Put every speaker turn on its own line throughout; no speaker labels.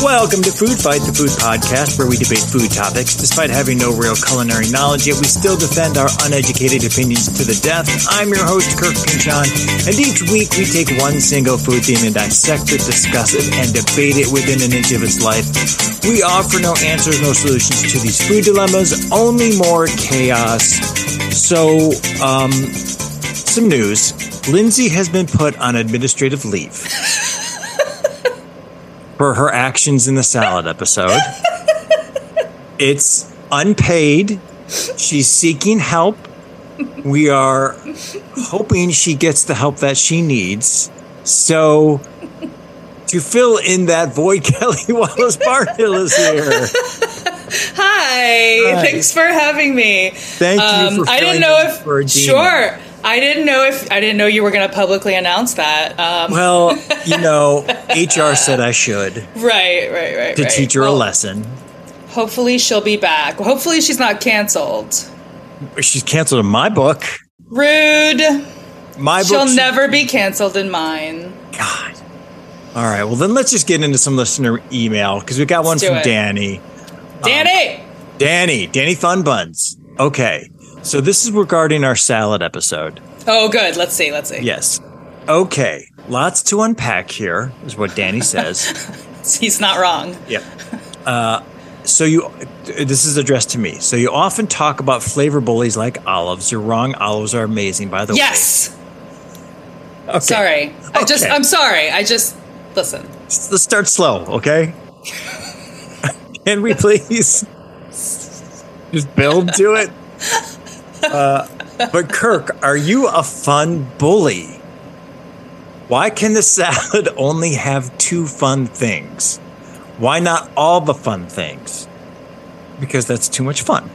Welcome to Food Fight, the food podcast where we debate food topics. Despite having no real culinary knowledge, yet we still defend our uneducated opinions to the death. I'm your host, Kirk Pinchon, and each week we take one single food theme and dissect it, discuss it, and debate it within an inch of its life. We offer no answers, no solutions to these food dilemmas, only more chaos. So, um, some news. Lindsay has been put on administrative leave for her actions in the salad episode. it's unpaid. She's seeking help. We are hoping she gets the help that she needs. So, to fill in that void, Kelly Wallace Barnhill is here.
Hi.
Hi.
Thanks for having me. Um,
Thank you. For
I
filling
didn't know
in
if
for Adina.
sure. I didn't know if I didn't know you were going to publicly announce that. Um,
Well, you know, HR said I should
right, right, right.
to
right.
teach her a
Well,
lesson.
Hopefully, she'll be back. Hopefully, she's not canceled.
She's canceled my book.
Rude.
My book.
she'll
she-
never be canceled in mine.
God. All right. Well, then let's just get into some listener email because we got one
do
from
it.
Danny. Um,
Danny.
Danny, Danny Fun Buns. Okay. So this is regarding our salad episode.
Oh, good. Let's see. Let's see.
Yes. Okay. Lots to unpack here, is what Danny says.
He's not wrong.
yeah. Uh, so you, this is addressed to me. So you often talk about flavor bullies like olives. You're wrong. Olives are amazing, by the
Yes.
way. Okay.
Sorry. I just.
Okay.
I'm sorry. I just. Listen.
Let's let's start slow, okay? Can we please just build to it? Uh, but Kirk, are you a fun bully? Why can the salad only have two fun things? Why not all the fun things? Because that's too much fun.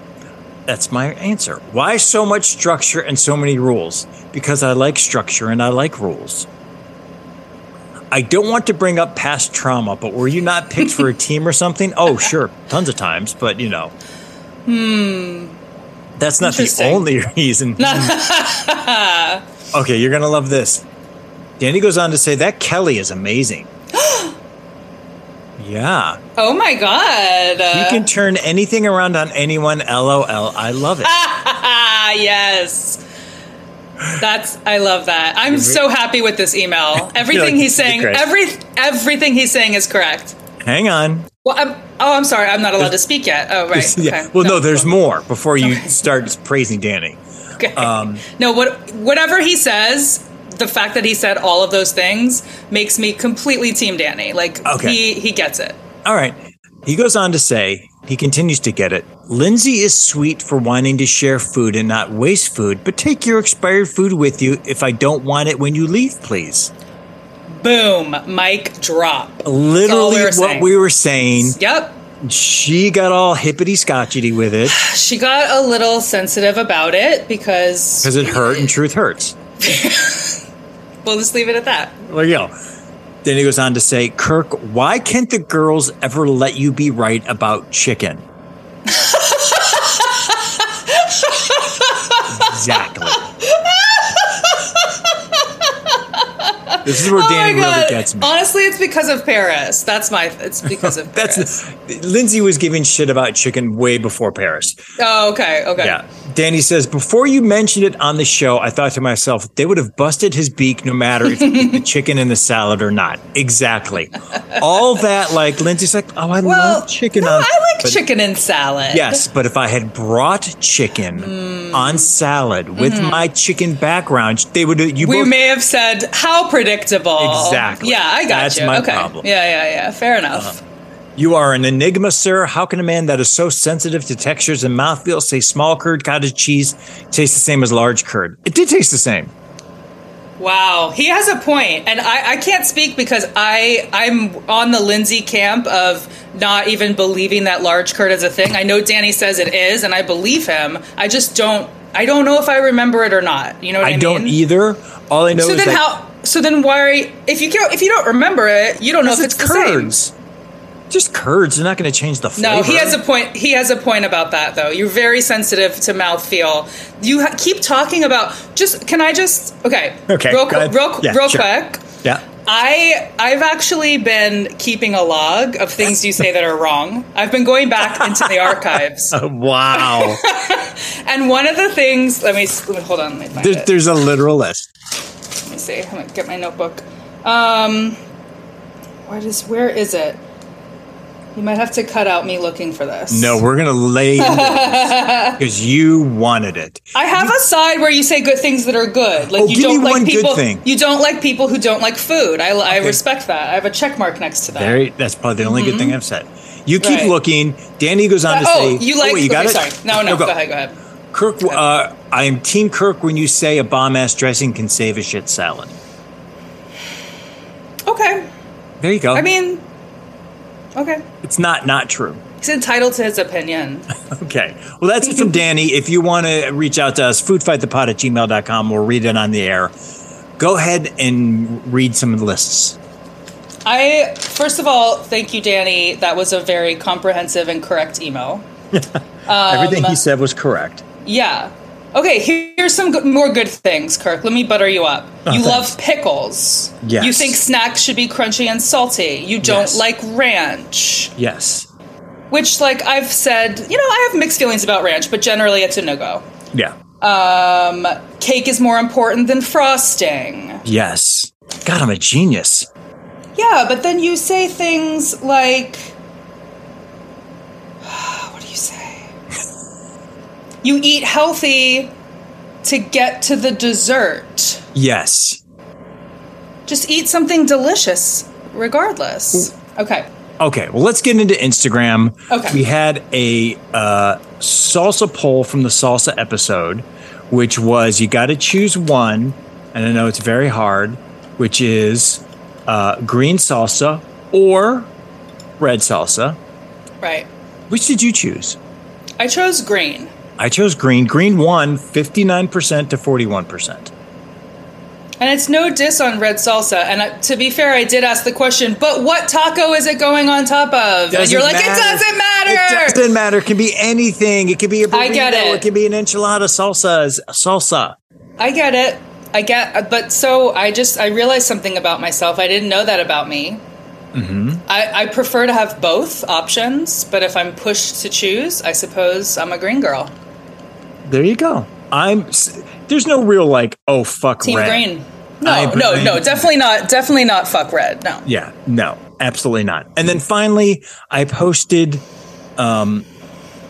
That's my answer. Why so much structure and so many rules? Because I like structure and I like rules. I don't want to bring up past trauma, but were you not picked for a team or something? Oh, sure, tons of times, but you know,
Hmm.
that's not the
Interesting.
only reason.
No.
Okay, you're going to love this. Danny goes on to say that Kelly is amazing. yeah.
oh my god.
He can turn anything around on anyone. LOL. I love it.
Uh, yes. That's I love that. I'm so happy with this email. Everything he's saying,
Christ.
every everything he's saying is correct.
Hang on.
Well, I'm, oh, I'm sorry, I'm not allowed to speak yet. Oh, right.
yeah.
Okay.
Well, no, there's
cool.
more before you start praising Danny.
Okay.
Um,
no, what whatever he says, the fact that he said all of those things makes me completely team Danny. Like
Okay.
he he gets it.
All right. He goes on to say, he continues to get it. Lindsay is sweet for wanting to share food and not waste food, but take your expired food with you if I don't want it when you leave, please.
Boom, mic drop.
Literally
were
what
saying.
we were saying.
Yep.
She got all hippity scotchity with it
She got a little sensitive about it because
because it hurt and truth hurts.
we'll just leave it at that.
There you go. Then he goes on to say, Kirk, why can't the girls ever let you be right about chicken? exactly. this is where Danny really gets me.
Oh Honestly, it's because of Paris. That's my. It's because of Paris.
That's Lindsay was giving shit about chicken way before Paris.
Oh, okay, okay.
Yeah. Danny says, before you mentioned it on the show, I thought to myself, they would have busted his beak no matter if he ate the chicken in the salad or not. Exactly. All that, like, Lindsay's like, oh, I
Well,
love chicken
no,
on.
I like
but-
chicken and salad.
Yes, but if I had brought chicken on salad with my chicken background, they would. You
Mm. We
both,
may have said how predictable.
Exactly.
Yeah, I got
That's
you.
my
okay.
problem. Uh-huh.
Yeah, yeah, yeah. Fair enough.
you are an enigma, sir. How can a man that is so sensitive to textures and mouthfeel say small curd cottage cheese tastes the same as large curd? It did taste the same.
wow, he has a point, and I, I can't speak because I I'm on the Lindsay camp of not even believing that large curd is a thing. I know Danny says it is, and I believe him. I just don't. I don't know if I remember it or not. You know what I,
I,
mean?
don't either. All I know
So
is
then,
that
how? So then, why? If you can't, if you don't remember it, you don't know if
Because
it's,
it's
the same.
curds. Just curds. They're not going to change the flavor.
No, he has a point. He has a point about that, though. You're very sensitive to mouthfeel. You ha- keep talking about. Just can I just okay?
Okay,
Real,
go
qu-
ahead.
real,
Yeah,
real
sure.
quick.
Yeah.
I I've actually been keeping a log of things you say that are wrong. I've been going back into the archives,
Wow.
and one of the things. Let me, s- let me hold on. Let me find
There,
it.
there's a literal list.
Let me see. I'm gonna get my notebook. Um, what is? Where is it? You might have to cut out me looking for this.
No, we're going to lay because you wanted it.
I have a side where you say good things that are good. Like
Oh,
you
give me
don't like
one good
people.
thing.
You don't like people who don't like food. I, I respect that. I have a check mark next to that.
There, that's probably the only good thing I've said. You keep
Mm-hmm. Right.
looking. Danny goes on to
oh,
say,
you like?
wait, you got
okay,
it? Oh,
Sorry. No, no. go. ahead. Go ahead.
Kirk, uh, I am Team Kirk when you say a bomb ass dressing can save a shit salad.
Okay.
There you go.
I mean, okay.
it's not not true.
He's entitled to his opinion.
Okay. Well, that's it from Danny. If you want to reach out to us, foodfightthepod at gmail.com. We'll read it on the air. Go ahead and read some lists.
I first of all, thank you, Danny. That was a very comprehensive and correct email.
Everything he said was correct.
Yeah. Okay, here- here's some good, more good things, Kirk. Let me butter you up.
Oh,
you
thanks.
love pickles.
Yes.
You think snacks should be crunchy and salty. You don't
Yes.
like ranch,
Yes.
which, like I've said, you know, I have mixed feelings about ranch, but generally it's a no go.
Yeah.
Um, cake is more important than frosting.
Yes. God, I'm a genius.
Yeah, but then you say things like, what do you say? You eat healthy to get to the dessert.
Yes.
Just eat something delicious, regardless. Okay.
Okay, well, let's get into Instagram.
Okay.
We had a uh, salsa poll from the salsa episode, which was you got to choose one, and I know it's very hard, which is uh, green salsa or red salsa.
Right.
Which did you choose?
I chose green.
I chose green. Green won 59% to 41%.
And it's no diss on red salsa. And uh, to be fair, I did ask the question, but what taco is it going on top of? and you're like, it doesn't matter.
It doesn't matter. It can be anything. It can be a burrito.
I get it.
it can be an enchilada. Salsa is salsa.
I get it. I get, but so I just I realized something about myself. I didn't know that about me.
Mm-hmm.
I, I prefer to have both options, but if I'm pushed to choose, I suppose I'm a green girl.
There you go. I'm. s- There's no real like. Oh fuck.
Team
red.
green.
I
No,
agree.
no, no, definitely not. Definitely not. Fuck red. No.
Yeah. No. Absolutely not. And then finally, I posted um,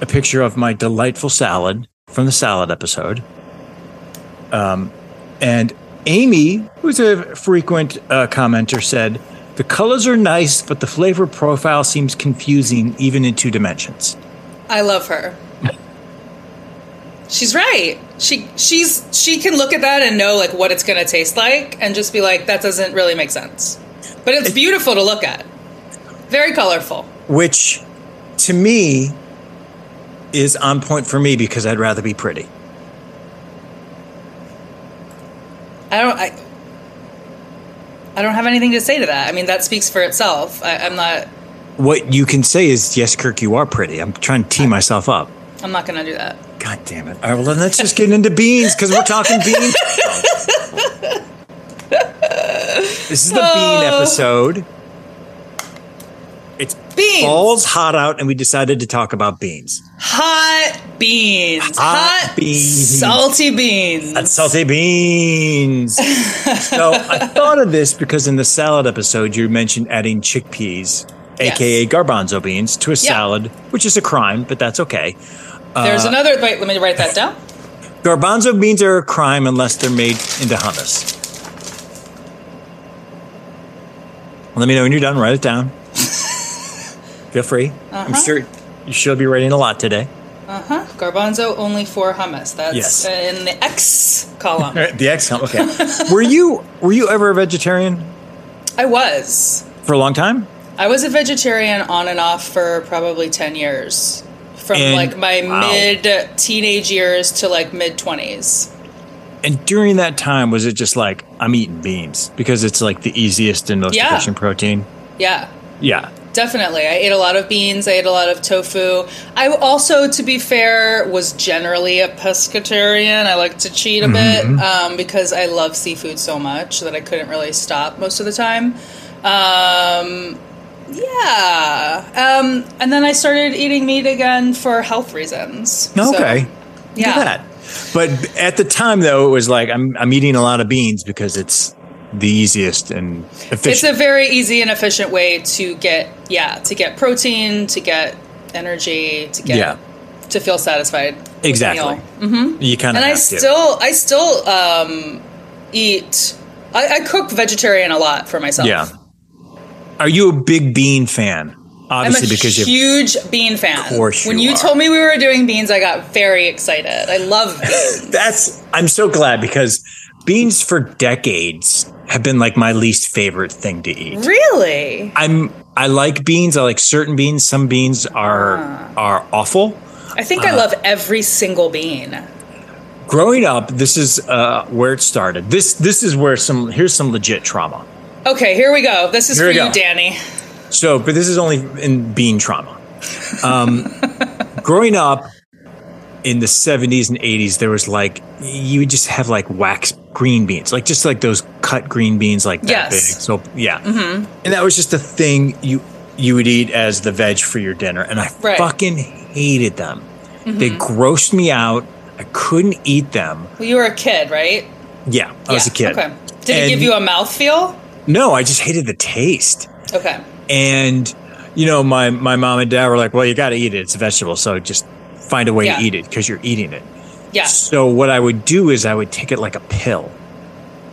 a picture of my delightful salad from the salad episode. Um, and Amy, who's a frequent uh, commenter, said the colors are nice, but the flavor profile seems confusing, even in two dimensions.
I love her. She's right. She she's she can look at that and know like what it's gonna taste like and just be like, that doesn't really make sense. But it's beautiful to look at. Very colorful.
Which, to me, is on point for me because I'd rather be pretty.
I don't. I, I don't have anything to say to that. I mean, that speaks for itself. I, I'm not.
what you can say is, yes, Kirk, you are pretty. I'm trying to tee myself up.
I'm not going to do that.
God damn it. All right, well, then let's just get into beans because we're talking beans. this is the bean
Oh.
episode. It's
Beans.
balls hot out, and we decided to talk about beans.
Hot beans. Hot,
beans.
Salty beans.
That's salty beans. so I thought of this because in the salad episode, you mentioned adding chickpeas,
Yes.
aka garbanzo beans, to a salad, which is a crime, but that's okay. uh,
There's another. Wait, let me write that down.
Garbanzo beans are a crime unless they're made into hummus. Let me know when you're done. Write it down. Feel free. I'm
Uh-huh.
sure you should be writing a lot today.
Uh huh. Garbanzo only for hummus. That's
Yes.
in the X column.
The ex Okay. were you were you ever a vegetarian
I was.
for a long time?
I was a vegetarian on and off for probably ten years, from
And-
like my
wow.
mid teenage years to like mid twenties.
And during that time, was it just like I'm eating beans because it's like the easiest and most
Yeah.
efficient protein?
Yeah.
Yeah.
Definitely. I ate a lot of beans. I ate a lot of tofu. I also, to be fair, was generally a pescatarian. I like to cheat a
Mm-hmm.
bit um, because I love seafood so much that I couldn't really stop most of the time. Um, yeah. Um, and then I started eating meat again for health reasons. So,
Okay. Look
yeah.
at that. But at the time, though, it was like I'm I'm eating a lot of beans because it's the easiest and
It's a
efficient.
very easy and efficient way to get, yeah, to get protein, to get energy, to get,
yeah,
to feel satisfied. with the
exactly.
meal.
You kind of
Mm-hmm. and I
have to.
still I still um, eat. I, I cook vegetarian a lot for myself.
Yeah. Are you a big bean fan?
I'm a
Obviously, because you
huge bean fan.
Of course you
when you
are.
told me we were doing beans, I got very excited. I love beans.
that's I'm so glad because beans for decades have been like my least favorite thing to eat.
really?
I'm I like beans. I like certain beans. Some beans are
Ah.
are awful.
I think
Uh-huh.
I love every single bean.
Growing up, this is uh, where it started. This this is where some here's some legit trauma.
Okay, here we go. This is
Here
for
we
you,
go.
Danny.
So, but this is only in bean trauma. Um, growing up in the 70s and 80s, there was like, you would just have like wax green beans, like just like those cut green beans, like that
Yes. Mm-hmm.
big. So, yeah. And that was just a thing you you would eat as the veg for your dinner. And I
Right. Mm-hmm.
fucking hated them. They grossed me out. I couldn't eat them.
Well, you were a kid, right?
Yeah, I was a
Yeah.
kid.
Okay. Did it
And-
give you a mouthfeel?
No, I just hated the taste.
Okay.
and you know my my mom and dad were like well you got to eat it it's a vegetable so just find a way
Yeah.
to eat it because you're eating it
Yeah.
so what i would do is i would take it like a pill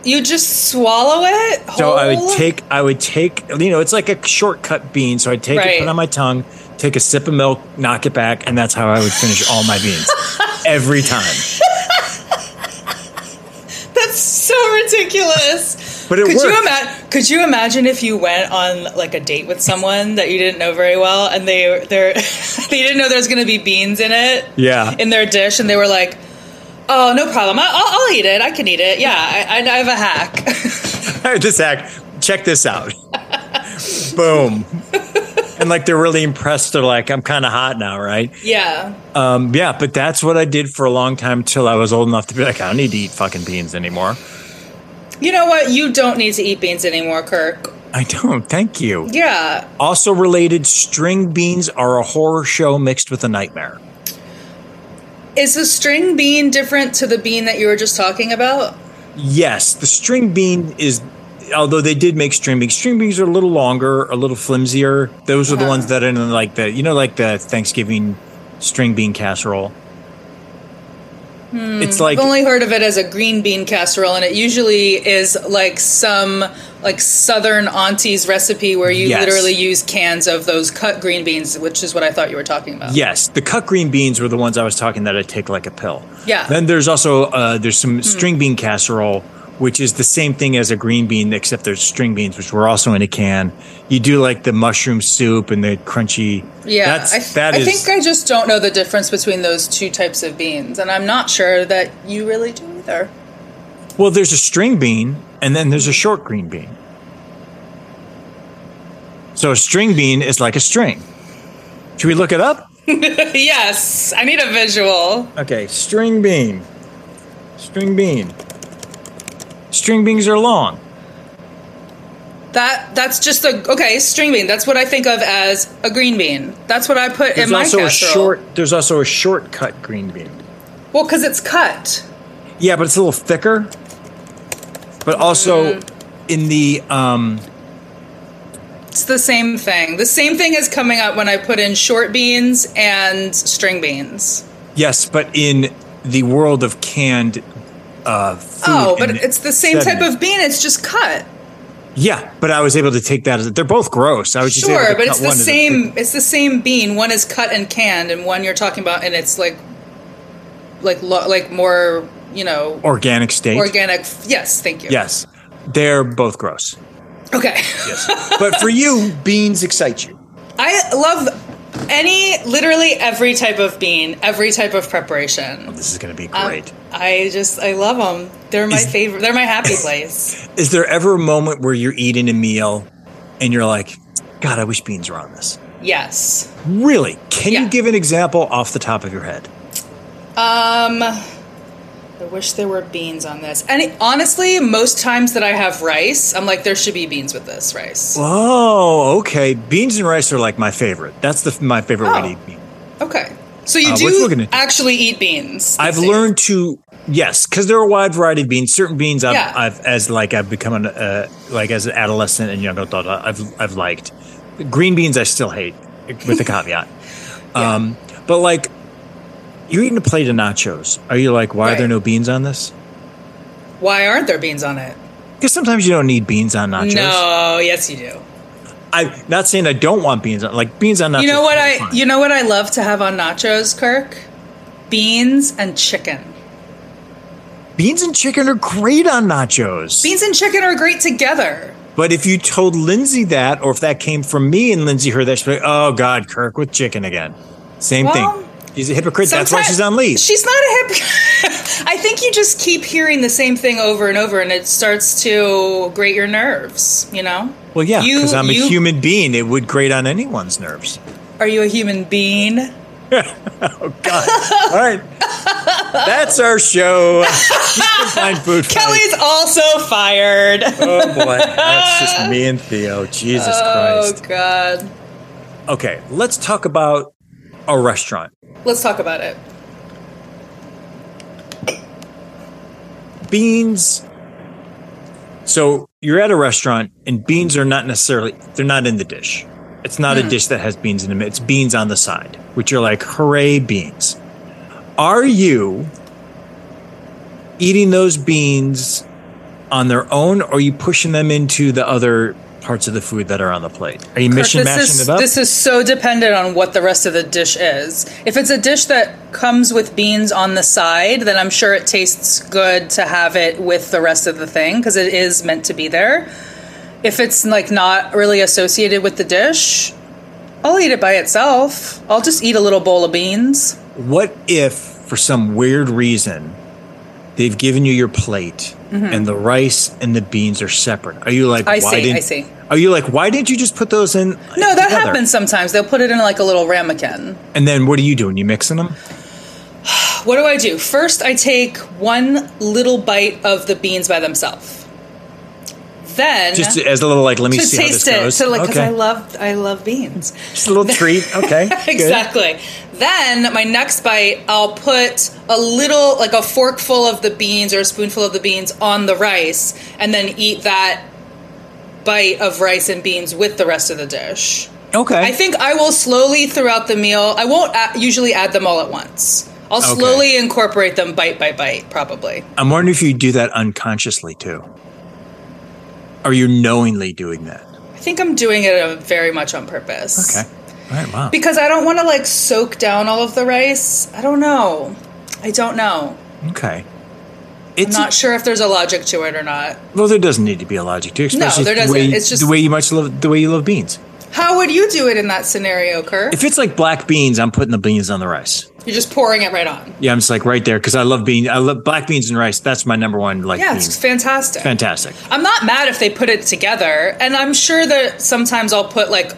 You just swallow it whole?
so i would take i would take you know it's like a shortcut bean so i'd take
Right.
it put it on my tongue take a sip of milk knock it back and that's how i would finish all my beans every time
That's so ridiculous.
But it
could You
worked.
ima- could you imagine if you went on like a date with someone that you didn't know very well, and they they they didn't know there was going to be beans in it,
Yeah.
in their dish, and they were like, "Oh, no problem. I- I'll, I'll eat it. I can eat it. Yeah, I, I have a hack."
this hack check this out boom and like they're really impressed they're like i'm kind of hot now right
yeah,
Um, yeah, but that's what I did for a long time till I was old enough to be like, I don't need to eat fucking beans anymore.
you know what? You don't need to eat beans anymore, Kirk.
I don't, thank you.
Yeah.
Also related, string beans are a horror show mixed with a nightmare.
Is the string bean different to the bean that you were just talking about?
Yes, the string bean is, although they did make string beans, string beans are a little longer, a little flimsier. Those are the ones that are in like the, you know, like the Thanksgiving string bean casserole. it's like
Hmm, I've only heard of it as a green bean casserole, and it usually is like some like southern auntie's recipe where you
Yes.
literally use cans of those cut green beans, which is what I thought you were talking about.
Yes, the cut green beans were the ones I was talking that I take like a pill.
Yeah. Hmm.
Then there's also uh, there's some string bean casserole, which is the same thing as a green bean, except there's string beans, which were also in a can. You do like the mushroom soup and the crunchy.
Yeah,
that's,
I, th-
that
I
is-
think I just don't know the difference between those two types of beans, and I'm not sure that you really do either.
well, there's a string bean and then there's a short green bean. So a string bean is like a string. Should we look it up?
yes, I need a visual.
Okay, string bean. String bean. String beans are long.
That that's just a okay string bean. That's what I think of as a green bean. That's what I put in
There's
my
also a
casserole.
short. There's also a shortcut green bean.
well, because it's cut.
Yeah, but it's a little thicker. But also,
Mm-hmm.
in the um,
It's the same thing. The same thing is coming up when I put in short beans and string beans.
yes, but in the world of canned uh, food.
Oh, but
in
it's the same type
70s.
of bean. It's just cut.
Yeah, but I was able to take that. as They're both gross. I was just able
Sure,
to
but
cut
it's the
one as a
same. It's the same bean. One is cut and canned, and one you're talking about, and it's like, like lo- like more you know
organic state.
organic. Yes, thank you.
Yes, they're both gross.
Okay.
but for you, beans excite you.
I love any literally every type of bean, every type of preparation.
This is going to be
Um,
great.
I just I love them. They're my
Is-
favorite. They're my happy place.
Is there ever a moment where you're eating a meal and you're like, God, I wish beans were on this.
Yes.
Really? Can
Yeah.
you give an example off the top of your head?
Um, I wish there were beans on this. And it- honestly, most times that I have rice, I'm like, there should be beans with this rice.
Oh, okay. Beans and rice are like my favorite. That's the my favorite way to
Oh.
eat beans.
Okay. So you
Uh, we're
do
looking at-
actually eat beans.
I've
these days.
learned to yes, because there are a wide variety of beans. Certain beans, I've,
Yeah.
I've as like I've become an uh, like as an adolescent and young adult, I've I've liked green beans. I still hate with the caveat. Um, but like, you're eating a plate of nachos. Are you like, why are
Right.
there no beans on this?
Why aren't there beans on it?
Because sometimes you don't need beans on nachos.
No, yes you do.
I'm not saying I don't want beans on like beans on nachos.
you know what
are
I
fine.
you know what I love to have on nachos, Kirk? Beans and chicken.
beans and chicken are great on nachos.
Beans and chicken are great together.
But if you told Lindsay that, or if that came from me and Lindsay heard that, she'd be like, oh God, Kirk with chicken again. Same
Well,
thing. She's a hypocrite. That's why
Sometimes-
she's on leave.
She's not a hip. I think you just keep hearing the same thing over and over, and it starts to grate your nerves. You know?
well, yeah,
you-
because I'm
you-
a human being. It would grate on anyone's nerves.
Are you a human being?
Oh God. All right. That's our show. You can find food for
Kelly's also fired.
Oh boy. That's just me and Theo. Jesus
Oh
Christ.
God.
Okay, let's talk about a restaurant.
Let's talk about it.
beans so you're at a restaurant and beans are not necessarily they're not in the dish it's not
Hmm.
a dish that has beans in it it's beans on the side which are like hooray beans are you eating those beans on their own or are you pushing them into the other parts of the food that are on the plate are you mission
Kirk,
mashing
this is,
it up
This is so dependent on what the rest of the dish is. If it's a dish that comes with beans on the side, then I'm sure it tastes good to have it with the rest of the thing because it is meant to be there. If it's like not really associated with the dish, I'll eat it by itself. I'll just eat a little bowl of beans.
What if, for some weird reason, they've given you your plate and the rice and the beans are separate? Are you like,
Mm-hmm. I
why
see,
didn't?
I see.
Are you like, why didn't you just put those in?
No, that
together?
happens sometimes. They'll put it in like a little ramekin.
And then what are you doing? You mixing them?
What do I do? First, I take one little bite of the beans by themselves. Then
Just as a little like, let me
to
see how
taste
this
it.
goes.
So like, because
okay.
I love I love beans.
just a little treat. Okay, good.
exactly. Then my next bite, I'll put a little like a forkful of the beans or a spoonful of the beans on the rice, and then eat that bite of rice and beans with the rest of the dish.
Okay.
I think I will slowly throughout the meal. I won't a- usually add them all at once. I'll
Okay.
slowly incorporate them bite by bite, probably.
I'm wondering if you do that unconsciously too. Are you knowingly doing that?
I think I'm doing it uh, very much on purpose.
Okay. All right. Wow.
Because I don't want to like soak down all of the rice. I don't know. I don't know.
okay.
I'm
It's
not sure if there's a logic to it or not.
Well, there doesn't need to be a logic to, it, especially
there
the, way,
doesn't. It's just-
the way you much love the way you love beans.
How would you do it in that scenario, Kirk?
If it's like black beans, I'm putting the beans on the rice.
You're just pouring it right on.
Yeah, I'm just like right there because I love bean. I love black beans and rice. That's my number one like
Yeah,
bean.
it's fantastic.
Fantastic.
I'm not mad if they put it together, and I'm sure that sometimes I'll put like,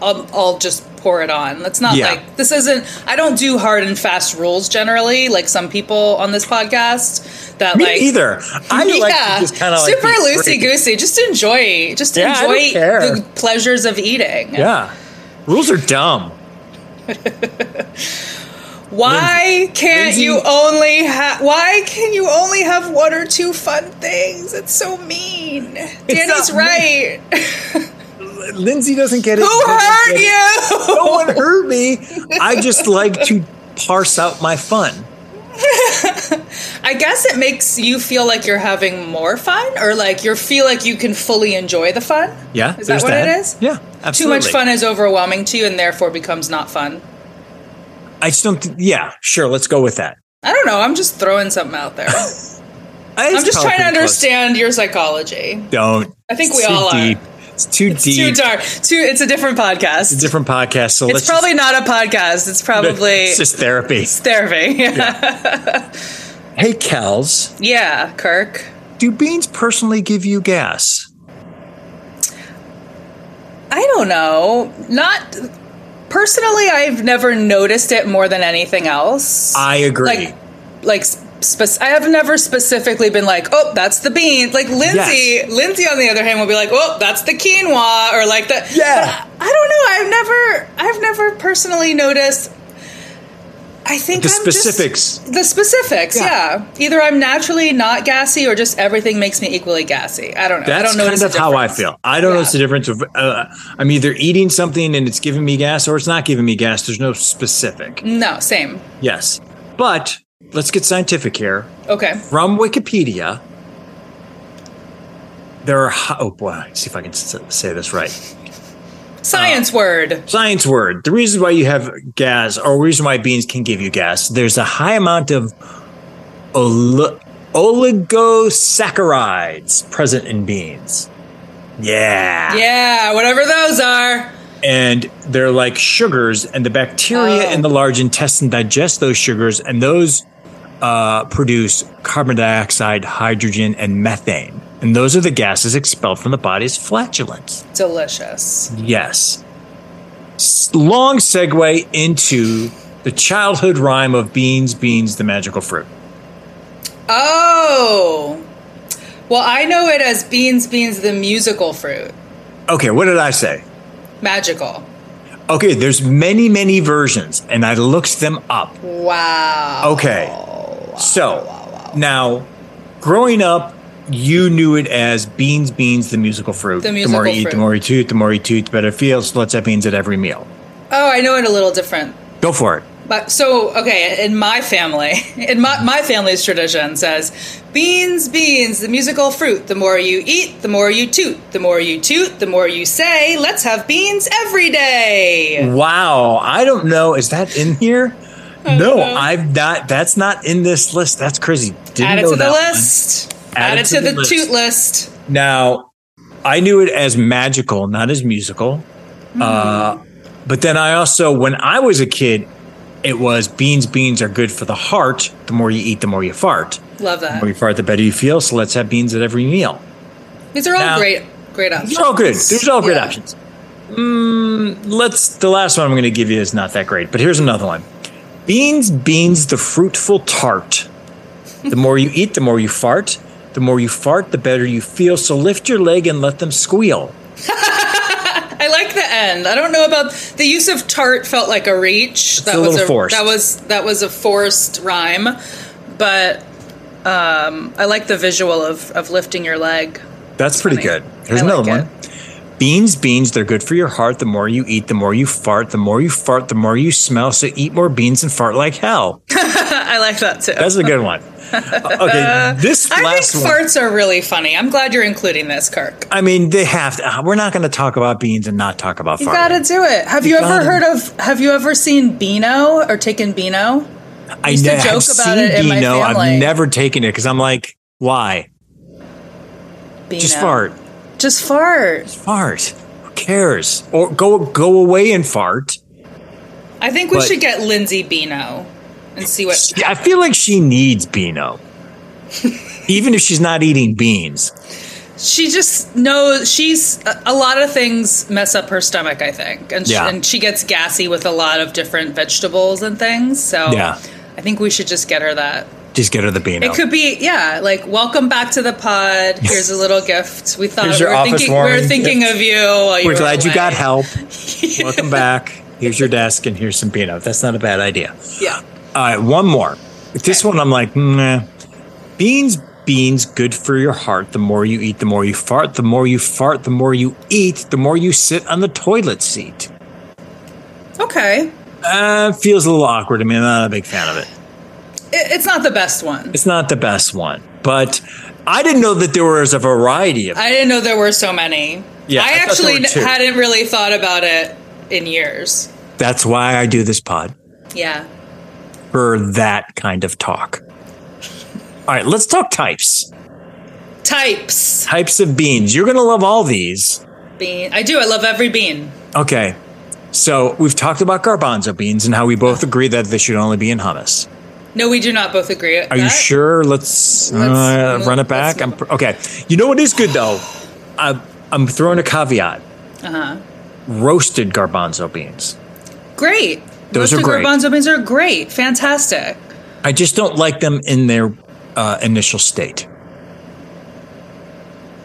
I'll, I'll just pour it on. That's not
Yeah.
like this isn't. I don't do hard and fast rules generally, like some people on this podcast. That
Me
like
either. I
yeah,
like to just kind of
super
like be
loosey
free.
goosey. Just enjoy, just
Yeah, I don't
enjoy
care.
the pleasures of eating.
Yeah, rules are dumb.
Why can't
Lindsay-
you only have? Why can you only have one or two fun things? It's so mean. Danny's
not
right.
Lindsay doesn't get it.
Who
Doesn't
hurt
get it.
you?
No one hurt me. I just like to parse out my fun.
I guess it makes you feel like you're having more fun, or like you feel like you can fully enjoy the fun.
Yeah,
is that
there's
what it is?
Yeah, absolutely.
Too much fun is overwhelming to you, and therefore becomes not fun.
I just don't. Th- yeah, sure. Let's go with that.
I don't know. I'm just throwing something out there. I'm
I- it's probably
just trying to
pretty close.
understand your psychology.
Don't.
I think
It's
we
too
all are.
deep. It's too deep.
Too dark. Too. It's a different podcast.
It's a different podcast. So
it's
let's
probably not a podcast. It's
just,
probably
it's just therapy.
therapy.
Hey, Kels,
yeah, Kirk.
do beans personally give you gas?
I don't know. Not personally, I've never noticed it more than anything else.
I agree.
like, like spec- I have never specifically been like, oh, that's the bean. Like Lindsay,
Yes.
Lindsay on the other hand will be like, oh, that's the quinoa, or like that.
Yeah.
I don't know. I've never, I've never personally noticed. I think
the
I'm just-
specifics.
the specifics, yeah. Either I'm naturally not gassy, or just everything makes me equally gassy. I don't know. I
That's
don't know
kind of how I feel. I don't
Yeah.
notice the difference of uh, I'm either eating something and it's giving me gas or it's not giving me gas. There's no specific.
No, same.
Yes. But let's get scientific here.
Okay.
From Wikipedia, there are, hi- oh boy, let's see if I can s- say this right.
Science
Uh.
word.
Science word. The reason why you have gas or reason why beans can give you gas, there's a high amount of oli- oligosaccharides present in beans. Yeah.
Yeah, whatever those are.
and they're like sugars, and the bacteria
Oh.
in the large intestine digest those sugars, and those uh, produce carbon dioxide, hydrogen, and methane. And those are the gases expelled from the body's flatulence.
Delicious.
Yes. S- Long segue into the childhood rhyme of beans, beans, the magical fruit.
Oh. Well, I know it as Beans Beans the musical fruit.
Okay, what did I say?
Magical.
Okay, there's many, many versions, and I looked them up.
Wow.
Okay. So now, growing up, you knew it as beans, beans, the musical fruit.
The
more
musical
you eat, the
fruit.
more you toot, the more you toot, the better it feels. Let's have beans at every meal.
Oh, I know it a little different.
Go for it.
But so okay, in my family, in my, my family's tradition says, beans, beans, the musical fruit. The more you eat, the more you toot. The more you toot, the more you say, let's have beans every
Mm,
day.
Wow, I don't know. Is that in here? No,
know.
I've not. That's not in this list. That's crazy. Didn't
Add it
know
to the
that one.
list. Add, it to, the,
list.
toot list.
Now, I knew it as magical, not as musical. Uh,
Mm-hmm.
but then I also, when I was a kid, it was beans, beans are good for the heart. The more you eat, the more you fart.
Love
The more
that.
you fart, the better you feel. So let's have beans at every meal.
These are all
Now-
great, great options.
These are all good. These are all great
Yeah.
options. Mm, let's. The last one I'm going to give you is not that great, but here's another one. Beans, beans, the fruitful tart. The more you eat, the more you fart. The more you fart, the better you feel. So lift your leg and let them squeal.
I like the end. I don't know about the use of tart. Felt like a reach.
a
was
little forced.
That was that was a forced rhyme, but um, I like the visual of of lifting your leg.
That's pretty
funny.
good. Here's
I like
another
it.
one. Beans, beans, they're good for your heart. The more you eat, the more you fart. The more you fart, the more you smell. So eat more beans and fart like hell.
I like that too.
That's a good one. okay, this
I
last
think
one.
farts are really funny. I'm glad you're including this, Kirk.
I mean, they have to. uh, We're not going to talk about beans and not talk about
You
farting.
gotta do it. Have you,
You
ever
gotta-
heard of? Have you ever seen Beano or taken Beano?
I
used to
ne- I've
joke about it in my
Beano. I've
family.
never taken it because I'm like, why?
Beano.
Just fart,
Just fart.
fart. Who cares? Or go go away and fart.
I think we
But-
should get Lindsay Beano and see what.
She- I feel like she needs Beano, even if she's not eating beans.
She just knows she's a- a lot of things mess up her stomach, I think, and she,
Yeah.
and she gets gassy with a lot of different vegetables and things. So
Yeah.
I think we should just get her that.
Just get her the Beano.
It could be yeah, like welcome back to the pod. Here's a little gift. We thought
Here's
we
your
were
office
thinking we were
warming
thinking
gift.
of you. while you
We're
were
glad you
away.
got help. Welcome back. Here's your desk, and here's some Beano. That's not a bad idea.
Yeah.
All right, Uh, one more. This one, I'm like, nah. Beans, beans, good for your heart. The more you eat, the more you fart. The more you fart, the more you eat. The more you sit on the toilet seat.
Okay.
Uh, feels a little awkward. I mean, I'm not a big fan of it.
It, it's not the best one.
It's not the best one, but I didn't know that there was a variety of.
I didn't know there were so many.
Yeah,
I
I thought there
actually
were two.
hadn't really thought about it in years.
That's why I do this pod
Yeah.
for that kind of talk. All right, let's talk types.
Types.
Types of beans. You're going to love all these.
Bean. I do. I love every bean.
Okay. So we've talked about garbanzo beans and how we both agree that they should only be in hummus.
No, we do not both agree. At
Are you sure? Let's, uh,
Let's-
run it
let's-
back. I'm, pr- okay. You know what is good though? I, I'm throwing a caveat.
Uh huh.
roasted garbanzo beans.
Great.
Those
Roasted
are great.
garbanzo beans are great. Fantastic.
I just don't like them in their uh, initial state,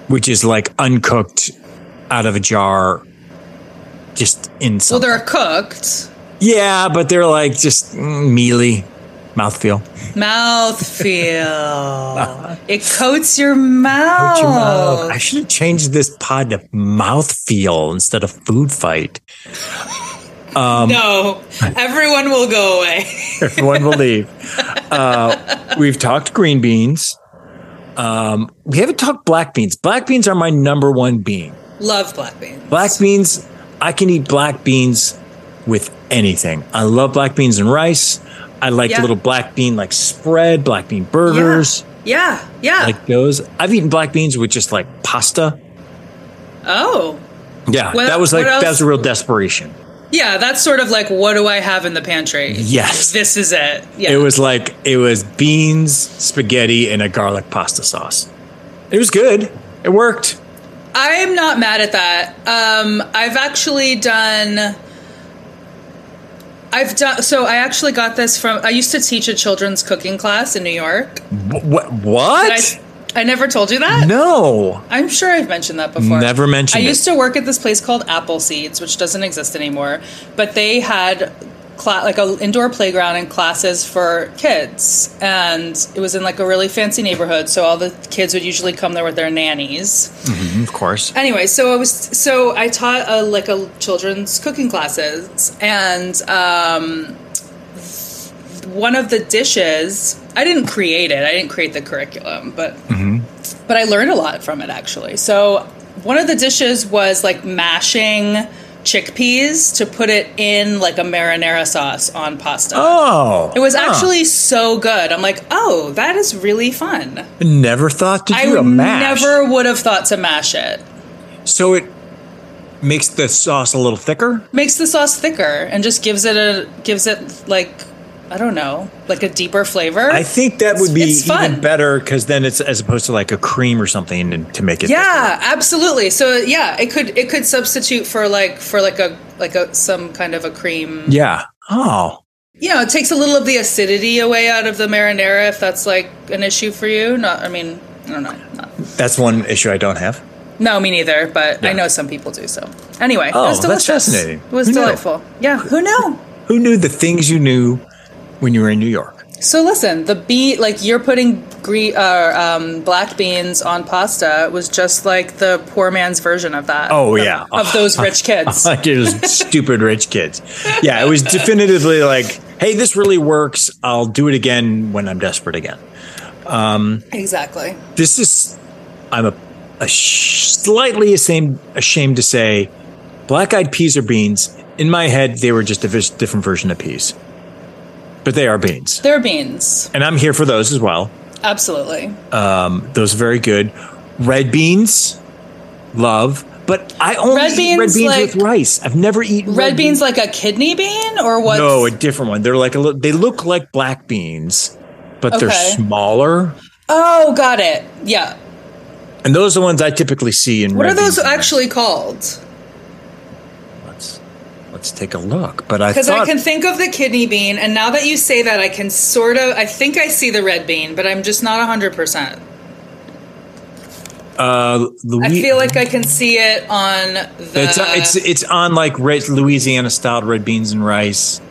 which is like uncooked, out of a jar, just in
Well,
some.
they're cooked.
yeah, but they're like just mm, mealy, mouthfeel.
Mouth feel. it coats your mouth.
Coat your
Oh.
mouth. I should have changed this pod to mouthfeel instead of food fight. Um,
no, everyone will go away.
Everyone will leave. Uh, we've talked green beans. Um, we haven't talked black beans. Black beans are my number one bean.
Love black beans.
Black beans, I can eat black beans with anything. I love black beans and rice. I like
Yeah.
little black bean like spread, black bean burgers,
Yeah, yeah.
like those. I've eaten black beans with just like pasta.
oh,
Yeah,
What-
that was
what
like that
else?
was a real desperation.
yeah. That's sort of like what do I have in the pantry?
Yes.
this is it. Yeah,
It was like it was beans, spaghetti, and a garlic pasta sauce. It was good. It worked.
I'm not mad at that. Um, I've actually done. I've done so. I actually got this from. I used to teach a children's cooking class in New York.
What?
Did I,
What?
I never told you that.
no.
I'm sure I've mentioned that before.
Never mentioned
I
it.
used to work at this place called Apple Seeds, which doesn't exist anymore, but they had cla- like an indoor playground and classes for kids, and it was in like a really fancy neighborhood. So all the kids would usually come there with their nannies.
Of course.
Anyway, so I was so I taught a, like a children's cooking classes, and um, one of the dishes I didn't create it. I didn't create the curriculum, but
Mm-hmm.
but I learned a lot from it actually. So one of the dishes was like mashing chickpeas to put it in like a marinara sauce on pasta.
Oh,
It was
huh.
actually so good. I'm like, oh, that is really fun.
never thought to
I
do a mash.
never would have thought to mash it.
So it makes the sauce a little thicker.
makes the sauce thicker and just gives it a gives it like I don't know, like a deeper flavor.
I think that would be
It's fun.
even better because then it's as opposed to like a cream or something and to make it.
yeah, absolutely. So yeah, it could it could substitute for like for like a like a some kind of a cream.
thicker. Yeah. Oh,
You know, it takes a little of the acidity away out of the marinara if that's like an issue for you. Not I mean, I don't know. Not,
that's one issue I don't have.
no, me neither, but
Yeah.
I know some people do so. Anyway,
Oh,
it was
that's
delicious.
fascinating.
It was
Who knew?
delightful. Yeah, who knew?
Who knew the things you knew when you were in New York?
So listen, the bean like you're putting green uh, um, black beans on pasta was just like the poor man's version of that.
Oh,
Of-
yeah.
of those rich kids.
like those stupid rich kids. Yeah, it was definitively like, hey, this really works. I'll do it again when I'm desperate again.
exactly.
This is, I'm a, a sh- slightly ashamed, ashamed to say, black eyed peas are beans. In my head, they were just a vis- different version of peas, but they are beans.
They're beans,
And I'm here for those as well.
absolutely.
Um, those are very good. Red beans, love. But I only
Red
eat
beans,
red beans
like-
with rice. I've never eaten
Red beans like a kidney bean or what?
No, a different one. They're like a little, they look like black beans, but they're
Okay.
smaller.
oh, got it. Yeah.
And those are the ones I typically see in.
What
red
are those
beans.
actually called?
Let's, let's take a look. But I
Because
thought
I can think of the kidney bean, and now that you say that, I can sort of. I think I see the red bean, but I'm just not hundred percent.
uh, Louis-
I feel like uh, I can see it on the.
it's, it's it's on like red Louisiana style red beans and rice.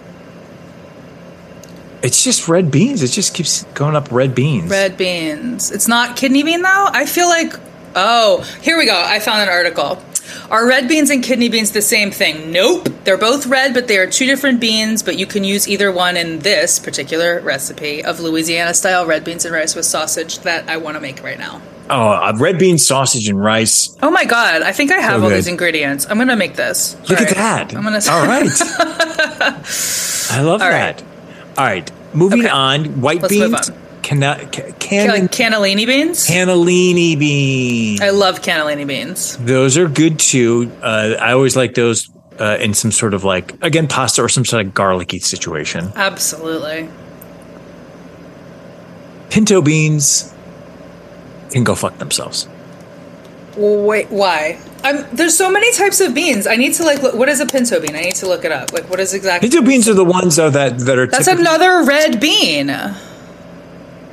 It's just red beans. It just keeps going up. Red beans.
Red beans. It's not kidney bean though. I feel like oh, here we go. I found an article. Are red beans and kidney beans the same thing? Nope. They're both red, but they are two different beans, but you can use either one in this particular recipe of Louisiana style red beans and rice with sausage that I want to make right now.
Oh, uh, red bean sausage and rice.
Oh my god, I think I have
So
all
good.
these ingredients. I'm going to make this.
Look at
All right.
that.
I'm going to
All right. I love
All
that.
right.
All right. Moving
Okay.
on. White
Let's move
beans.
on.
Cana- ca- cannon-
Like cannellini beans?
cannellini beans.
I love cannellini beans.
Those are good too. Uh, I always like those uh, in some sort of like again pasta or some sort of garlicky situation.
Absolutely.
Pinto beans can go fuck themselves.
Wait, why? I'm, there's so many types of beans. I need to like. Look, what is a pinto bean? I need to look it up. Like, what is exactly?
Pinto beans are the ones though that that are.
That's
typically-
another red bean.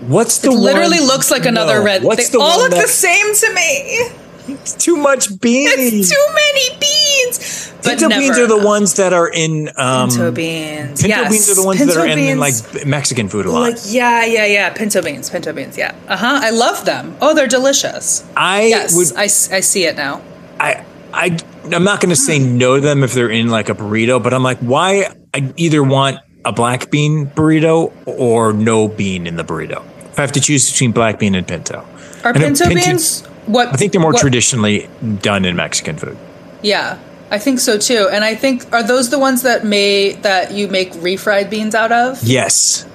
What's the
It literally
one-
looks like
No,
another red.
What's
they
the
all
one
look the
that-
same to me.
It's too much beans.
It's too many beans. But
Pinto beans
never
are the
enough.
ones that are in. Um,
Pinto beans.
Pinto
yes.
beans are the ones that
Pinto
are in, in, like
beans.
Mexican food a lot.
Like yeah, yeah, yeah. Pinto beans, pinto beans. Yeah. Uh huh. I love them. Oh, they're delicious.
I
Yes,
would.
I, s- I see it now.
I. I. I'm not going to say
Hmm.
no to them if they're in like a burrito, but I'm like, why? I either want a black bean burrito or no bean in the burrito. If I have to choose between black bean and pinto,
Are
I know
pinto
pintos-
beans? What
I think they're more
what-
traditionally done in Mexican food.
Yeah, I think so too. And I think are those the ones that may that you make refried beans out of?
Yes.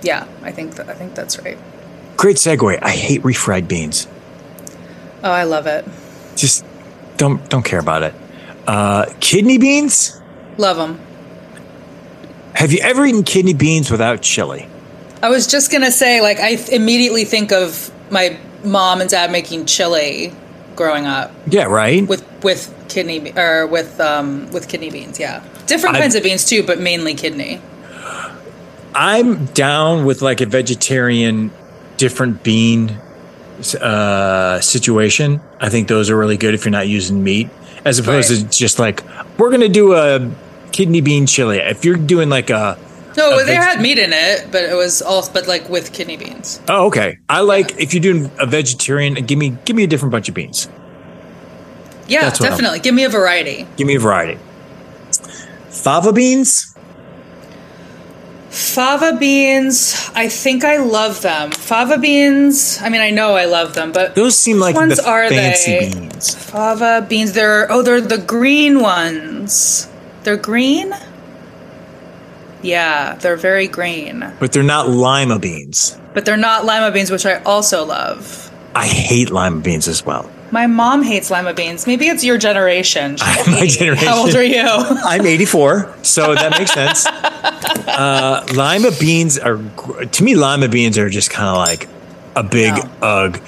Yeah, I think th- I think that's right.
Great segue. I hate refried beans.
Oh, I love it.
Just don't don't care about it. Uh, kidney beans.
Love them.
Have you ever eaten kidney beans without chili?
I was just gonna say, like, I th- immediately think of my mom and dad making chili growing up
Yeah, right.
with with kidney be- or with um with kidney beans. Yeah, different
I-
kinds of beans too, but mainly kidney.
I'm down with like a vegetarian, different bean uh, situation. I think those are really good if you're not using meat, as opposed
Right.
to just like we're gonna do a kidney bean chili. If you're doing like a
No,
A
they
veg-
had meat in it, but it was all but like with kidney beans.
oh okay, I like if you're doing a vegetarian, give me give me a different bunch of beans.
Yeah,
That's what I'm-
definitely. Give me a variety.
Give me a variety. Fava beans.
Fava beans, I think I love them. Fava beans, I mean, I know I love them, but
Those seem like
ones
the
are
fancy
they?
beans.
fava beans, they're, oh, they're the green ones. They're green? Yeah, they're very green.
but they're not lima beans.
But they're not lima beans, which I also love.
I hate lima beans as well.
My mom hates lima beans. Maybe it's your generation.
My generation.
How old are you?
I'm 84, so that makes sense. Uh, lima beans are, gr- to me, lima beans are just kind of like a big
No.
ugh.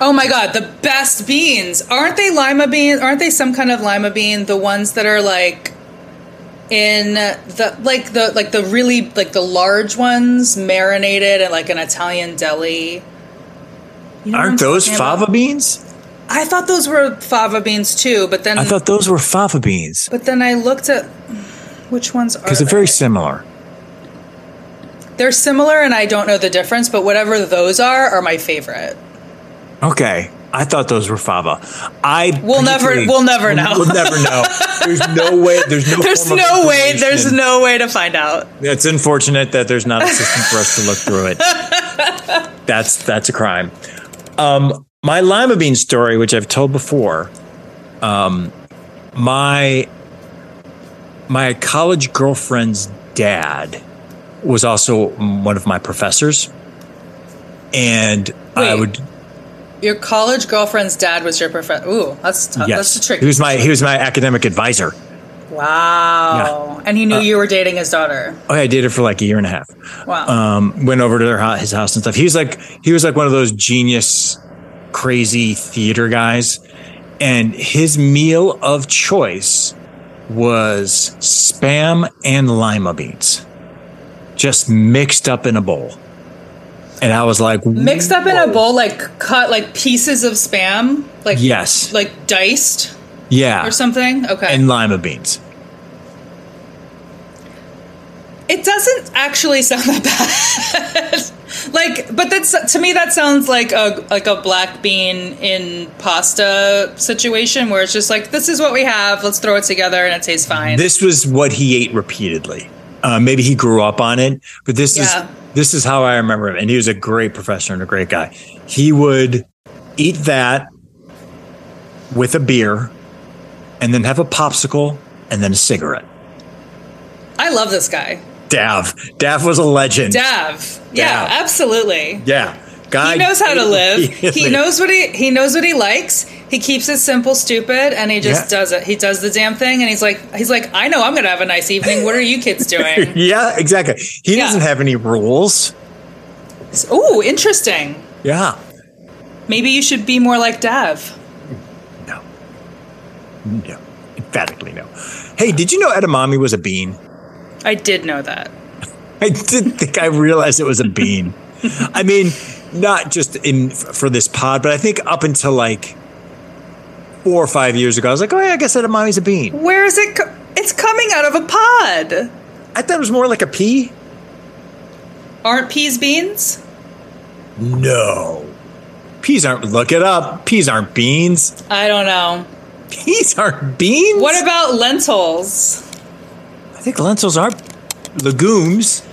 Oh my god, the best beans. Aren't they lima beans? Aren't they some kind of lima bean? The ones that are like in the like the like the really like the large ones marinated at like an Italian deli. You know what I'm
Aren't those
talking about?
fava beans?
I thought those were fava beans too, but then
I thought those were fava beans
but then I looked at which ones are
because they're
they?
very similar.
They're similar and I don't know the difference, but whatever those are are my favorite.
Okay. I thought those were fava. I
We'll never-
particularly-
we'll never know.
We'll never know. There's no way. There's no.
There's
form of
no way, there's
information.
no way to find out.
It's unfortunate that there's not a system for us to look through it. That's that's a crime. Um, my lima bean story, which I've told before, um, my my college girlfriend's dad was also one of my professors, and I
Wait.
would
Your college girlfriend's dad was your professor. Ooh, that's tough.
yes,
uh, That's a trick.
he was my he was my academic advisor.
wow. And he knew
Uh,
you were dating his daughter.
Oh, yeah, I did it for like a year and a half.
Wow.
um, went over to their ho- his house and stuff. He was like he was like one of those genius, crazy theater guys, and his meal of choice was spam and lima beans, just mixed up in a bowl. And I was like,
Mixed up in a
"Whoa."
bowl, like cut like pieces of spam, like
Yes,
like diced
yeah,
or something. Okay.
and lima beans.
it doesn't actually sound that bad. like, but that's to me that sounds like a like a black bean in pasta situation where it's just like this is what we have. Let's throw it together and it tastes fine.
This was what he ate repeatedly. Uh, maybe he grew up on it, but this
Yeah.
is this is how I remember him. And he was a great professor and a great guy. He would eat that with a beer, and then have a popsicle, and then a cigarette.
I love this guy,
Dav, Dav was a legend.
Dav. Yeah,
Dav.
absolutely.
Yeah, guy.
he knows how to live. He
Really.
knows what he he knows what he likes. He keeps it simple, stupid, and he just
Yeah.
does it. He does the damn thing, and he's like, he's like, I know I'm gonna have a nice evening. What are you kids doing?
Yeah, exactly. He
Yeah.
doesn't have any rules.
Ooh, interesting.
Yeah.
Maybe you should be more like Dev.
No, emphatically no. Hey, did you know edamame was a bean?
I did know that.
I didn't think I realized it was a bean. I mean, not just in for this pod, but I think up until like four or five years ago, I was like, oh yeah, I guess edamame's a bean.
Where is it? Co- it's coming out of a pod.
I thought it was more like a pea.
Aren't peas beans?
No, peas aren't. Look it up. Peas aren't beans.
I don't know.
Peas aren't beans.
What about lentils?
I think lentils are legumes.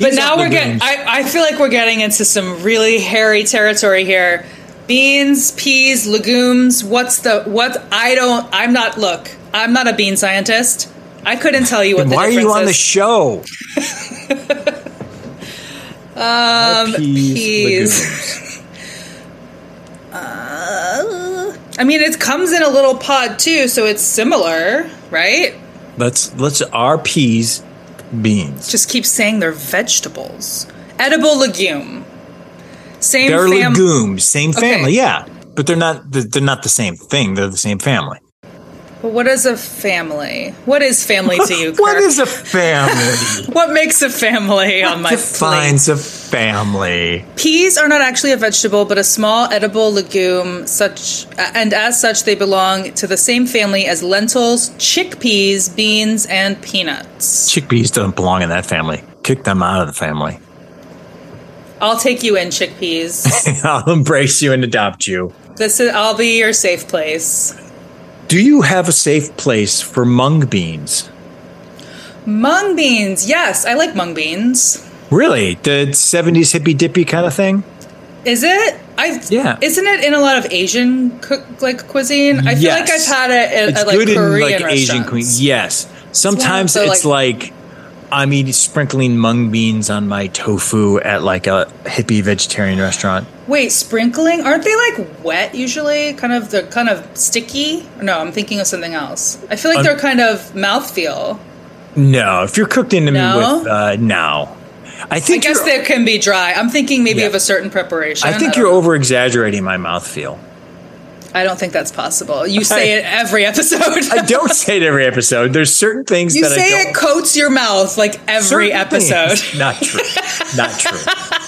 But now we're getting. I, I feel like we're getting into some really hairy territory here. Beans, peas, legumes. What's the what? I don't. I'm not. Look, I'm not a bean scientist. I couldn't tell you what.
Then
the
why are you
difference
on the
is.
show?
Um,
Peas,
peas.
legumes.
Uh, I mean, it comes in a little pod too, so it's similar, right?
Let's let's are peas beans.
Just keep saying they're vegetables. Edible legume. Same
They're
fam-
legumes, same
Okay.
family, yeah. But they're not they're they're not the same thing. They're the same family.
But what is a family? What is family to you?
what
Kirk?
is a family?
What makes a family on my plate?
Defines a family.
Peas are not actually a vegetable, but a small edible legume. Such and as such, they belong to the same family as lentils, chickpeas, beans, and peanuts.
Chickpeas don't belong in that family. Kick them out of the family.
I'll take you in chickpeas.
I'll embrace you and adopt you.
this is. I'll be your safe place.
Do you have a safe place for mung beans?
Mung beans. Yes, I like mung beans.
Really? The 70s hippy dippy kind of thing?
Is it? I've
Yeah.
Isn't it in a lot of Asian cook like cuisine? I feel like I've
Yes.
had it at,
it's
at like
good
Korean
in like Asian cuisine. Yes.
restaurants.
Sometimes
the,
it's like, I'm eating sprinkling mung beans on my tofu at like a hippie vegetarian restaurant.
Wait, sprinkling? Aren't they like wet usually? Kind of they're kind of sticky. No, I'm thinking of something else. I feel like
Um,
they're kind of mouthfeel.
No, if you're cooked into
No?
me with uh, no, I
I
think
guess
you're-
they can be dry. I'm thinking maybe
Yeah.
of a certain preparation.
I think
don't
you're
know.
over exaggerating my mouthfeel.
I don't think that's possible. You say it every episode.
I don't say it every episode. There's certain things
you
that I
say
don't.
it coats your mouth like every
certain
episode.
things- Not true. Not true.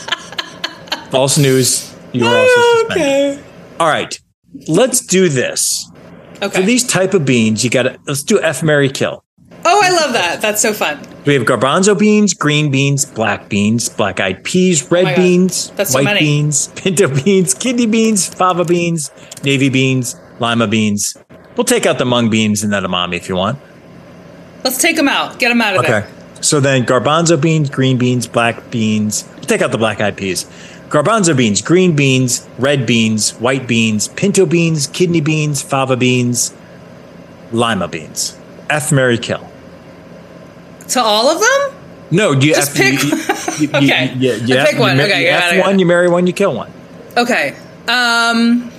False news. You are also suspended.
Ah, okay.
All right. Let's do this.
Okay.
For these type of beans, you got to let's do F Mary Kill.
oh, I love that. That's so fun.
We have garbanzo beans, green beans, black beans, black eyed peas, red
Oh my God.
beans,
That's so
white
many.
beans, pinto beans, kidney beans, fava beans, navy beans, lima beans. We'll take out the mung beans and that amami if you want.
Let's take them out. Get them out of
Okay.
there.
So then garbanzo beans, green beans, black beans. We'll take out the black eyed peas. Garbanzo beans, green beans, red beans, white beans, pinto beans, kidney beans, fava beans, lima beans. F Mary Kill.
To all of them?
No, do you
Just
F- you-
pick-
you- you-
Okay.
you- yeah, yeah,
I pick
you
one.
mar-
Okay,
you
I got it,
F
I got
one,
it.
you marry one, you kill one.
Okay. Um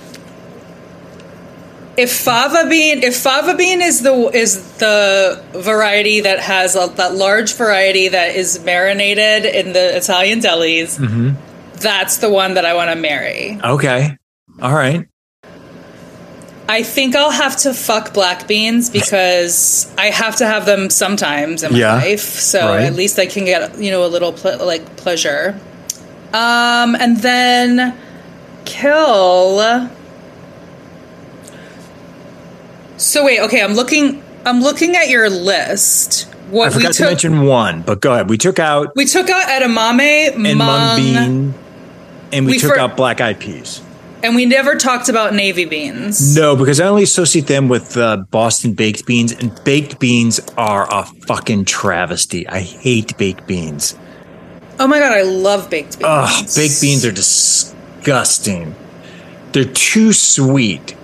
if fava bean if fava bean is the is the variety that has a, that large variety that is marinated in the Italian delis, that's the one that I want to marry.
Okay. All right.
I think I'll have to fuck black beans because I have to have them sometimes in my
Yeah.
life. So
Right.
at least I can get you know a little ple- like pleasure. Um, and then kill. So wait, okay, I'm looking. I'm looking at your list.
I
What we
forgot to
took,
mention one, but go ahead. We took out
we took out edamame,
and mung
mung,
bean and we,
We
took
for-
out black eyed peas.
and we never talked about navy beans.
No, because I only associate them with uh, Boston baked beans, and baked beans are a fucking travesty. I hate baked beans.
Oh my god, I love baked beans.
Ugh, baked beans are disgusting. They're too sweet.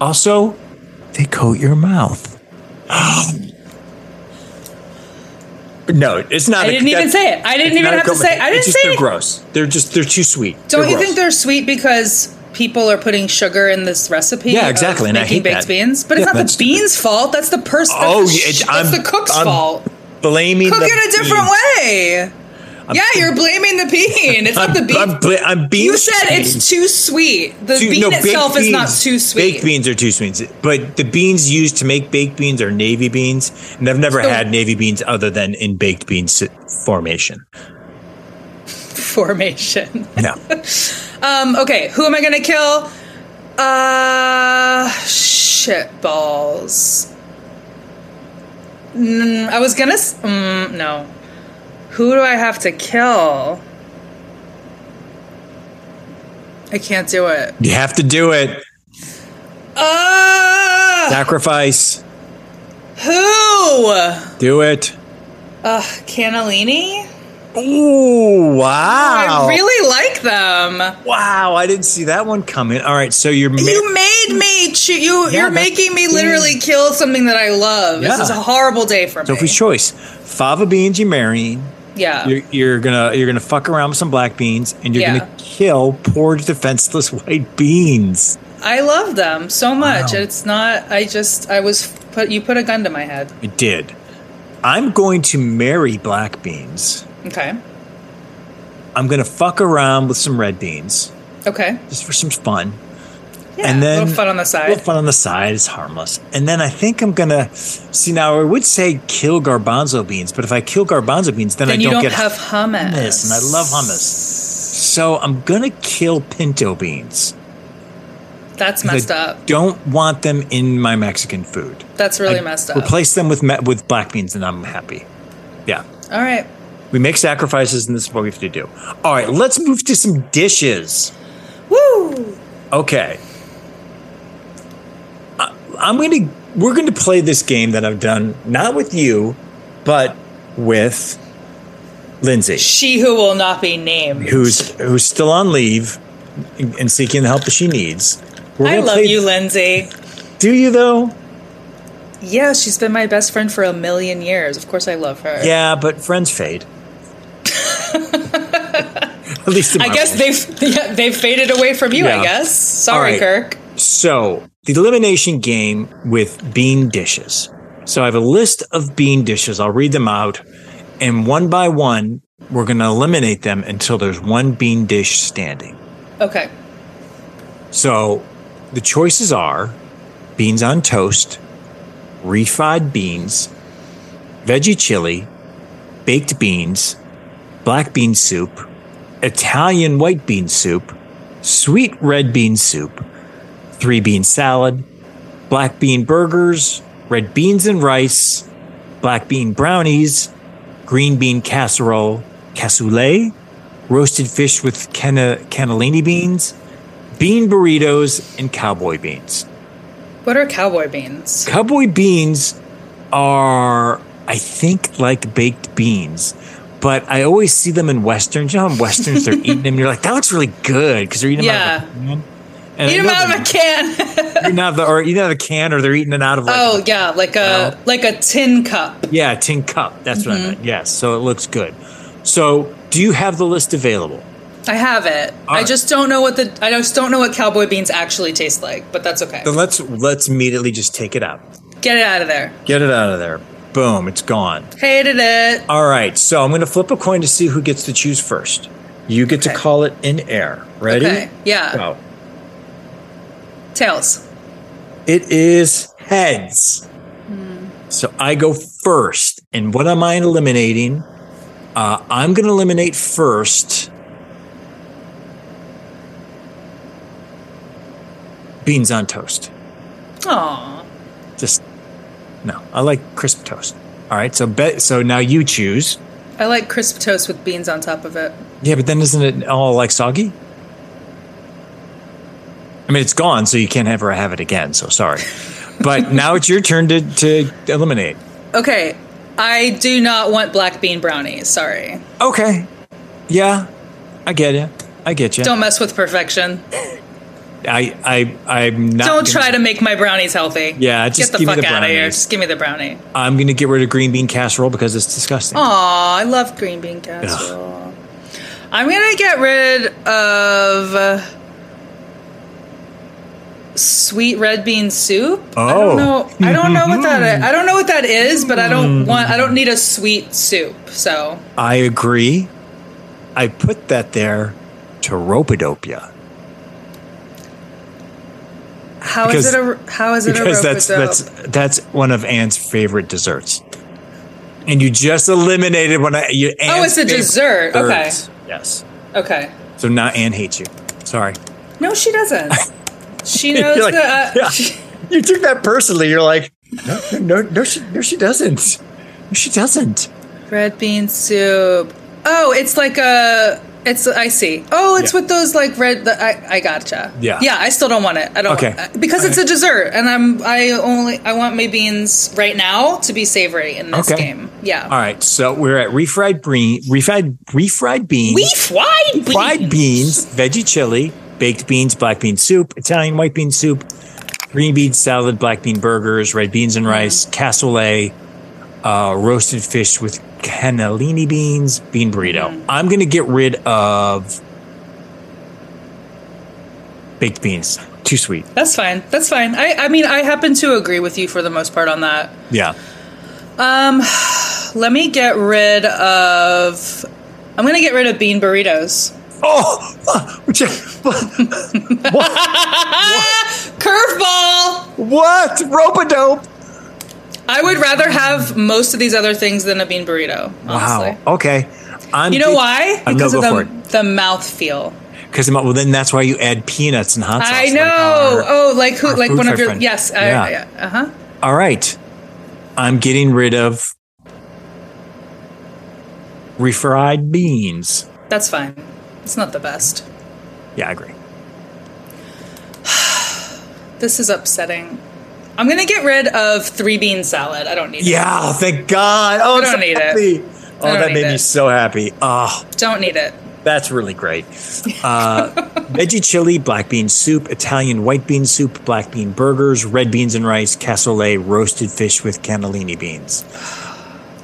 Also, they coat your mouth. no, it's not.
I
a-
didn't even
that's-
say it. I didn't
it's
even
not a
have to say.
compliment.
I didn't
it's just
say
they're
anything.
gross. They're just they're too sweet.
Don't you
gross.
think they're sweet because people are putting sugar in this recipe?
Yeah,
of
exactly, and I
making
hate
baked
that.
beans, but it's
Yeah,
not
that's
the beans' fault. That's the person.
Oh,
that's, the
it-
sh-
I'm-
that's the cook's
I'm
fault.
blaming
Cook
the
it a different
beans.
way. yeah, you're blaming the bean. It's not the bean.
I'm, bla- I'm bean.
you said it's too sweet. The
Too-
bean
no, baked
itself is not
beans-
too sweet.
Baked beans are too sweet, but the beans used to make baked beans are navy beans, and I've never
So-
had navy beans other than in baked beans formation.
Formation.
No,
Um, okay, who am I gonna kill? Uh, shit balls. Mm, I was gonna. s- Mm, no. Who do I have to kill? I can't do it.
you have to do it.
Uh,
Sacrifice.
who?
Do it.
Uh, Cannellini?
Ooh! Wow!
Oh, I really like them.
Wow! I didn't see that one coming. All right, so you're ma-
You made me. Cho- you
Yeah,
you're
that's-
making me literally kill something that I love. This
Yeah.
is a horrible day for me.
Sophie's choice: fava beans. You're marrying.
yeah.
You're, you're gonna you're gonna fuck around with some black beans, and you're
Uh. Yeah.
gonna kill poor defenseless white beans.
I love them so much.
Wow.
It's not. I just. I was put. You put a gun to my head.
It did. I'm going to marry black beans.
Okay.
I'm going to fuck around with some red beans
Okay.
just for some fun.
Yeah.
And then-
a little fun on the
A
side.
little fun on the side is harmless. And then I think I'm going to see now I would say kill garbanzo beans, but if I kill garbanzo beans, then,
Then
I
you
don't,
don't
get
have hummus.
hummus, and I love hummus. So I'm going to kill pinto beans.
That's
'cause
messed
I
up.
Don't want them in my Mexican food.
That's really
I
messed up.
Replace them with me- with black beans and I'm happy. Yeah.
All right.
We make sacrifices, and this is what we have to do. All right, let's move to some dishes.
Woo.
Okay. I- I'm going to, we're going to play this game that I've done, not with you, but with Lindsay,
She who will not be named.
who's, who's still on leave and and seeking the help that she needs. We're
I
gonna
love
play-
you, Lindsay.
Do you, though?
Yeah, she's been my best friend for a million years. Of course, I love her.
Yeah, but friends fade. At least in
I
my
guess
world.
they've yeah, they've faded away from you.
Yeah.
I guess.
All
Sorry,
right.
Kirk.
So, the elimination game with bean dishes. So, I have a list of bean dishes. I'll read them out. And one by one, we're going to eliminate them until there's one bean dish standing.
Okay.
So, the choices are beans on toast, refried beans, veggie chili, baked beans, black bean soup, Italian white bean soup, sweet red bean soup, three bean salad, black bean burgers, red beans and rice, black bean brownies, green bean casserole, cassoulet, roasted fish with canna- cannellini beans, bean burritos, and cowboy beans.
What are cowboy beans?
Cowboy beans are, I think, like baked beans, but I always see them in westerns. You know, how in westerns they're eating them. You're like, that looks really good because they're eating them out of a can. And
Eat
I
them
know
out
they're
of a can.
eating out of the, or eating out of the can, or they're eating it out of like a-
oh yeah, like a like a tin cup.
yeah, tin cup. That's
Mm-hmm.
what I meant. Yes, so it looks good. So, do you have the list available?
I have it.
All
I
right.
just don't know what the I just don't know what cowboy beans actually taste like, but that's okay.
Then let's let's immediately just take it out.
Get it out of there.
Get it out of there. Boom, it's gone.
Hated it.
All right, so I'm going to flip a coin to see who gets to choose first. You get to
Okay.
call it in air. Ready?
Okay. Yeah.
Go.
Tails.
It is heads.
Hmm.
So I go first. And what am I eliminating? Uh, I'm going to eliminate first beans on toast.
Aw.
Just no, I like crisp toast. All right, so bet. So now you choose.
I like crisp toast with beans on top of it.
Yeah, but then isn't it all like soggy? I mean, it's gone, so you can't ever have it again. So sorry, but now it's your turn to to eliminate.
Okay. I do not want black bean brownies. Sorry.
Okay. Yeah, I get you. I get you.
Don't mess with perfection.
I I I'm not.
Don't
gonna-
try to make my brownies healthy.
Yeah, just
Get the
give me
fuck
the
out of here.
brownies.
Just give me the brownie.
I'm gonna get rid of green bean casserole because it's disgusting.
Aw, I love green bean casserole. I'm gonna get rid of uh, sweet red bean soup.
Oh.
I don't know. I don't know what that. Is. I don't
Mm-hmm.
know what that is, but I don't want. I don't need a sweet soup. So
I agree. I put that there to rope-a-dope-ya.
How is
Because-
it a how is it a
because
rope
that's that's that's one of Anne's favorite desserts. And you just eliminated one. of you,
Oh,
Anne's
it's a
favorite
dessert. Okay.
desserts. Yes.
Okay.
So now Anne hates you. Sorry.
No, she doesn't. She
You're
knows uh,
like,
that.
yeah. You took that personally. You're like, no, no, no, she, no, she doesn't. No, she doesn't.
Red bean soup. Oh, it's like a. It's I see. Oh, it's
Yeah.
with those like red. The, I I gotcha.
Yeah.
Yeah. I still don't want it. I don't.
Okay.
uh, because it's a dessert, and I'm I only I want my beans right now to be savory in this
Okay.
game. Yeah.
All right. So we're at refried bean, refried refried beans,
We fried beans.
fried beans, veggie chili, baked beans, black bean soup, Italian white bean soup, green bean salad, black bean burgers, red beans
Mm-hmm.
and rice, cassoulet, uh, roasted fish with cannellini beans, bean burrito.
Mm-hmm.
I'm going to get rid of baked beans. Too sweet.
That's fine. That's fine. I I mean I happen to agree with you for the most part on that. Um,
Yeah.
Let me get rid of. I'm gonna get rid of bean burritos.
Oh, what?
Ah, Curveball.
what? Rope-a-dope.
I would rather have most of these other things than a bean burrito. Honestly.
Wow. Okay. I'm
You know why?
I'm no
of
go for
the,
it.
the mouth feel.
Because well, then that's why you add peanuts and hot sauce.
I
like
know.
our-
oh, like who?
our
Like
food
one of your?
preference.
Yes.
Yeah.
Uh huh.
All right. I'm getting rid of refried beans.
That's fine. It's not the best.
Yeah, I agree.
This is upsetting. I'm gonna get rid of three bean salad. I don't need
Yeah, thank God. Oh,
I
I'm
don't
so
need it.
happy.
I
Oh,
don't
that
need
made me
it.
so happy. Oh,
it. Don't need it.
that's really great. Uh, veggie chili, black bean soup, Italian white bean soup, black bean burgers, red beans and rice, cassoulet, roasted fish with cannellini beans.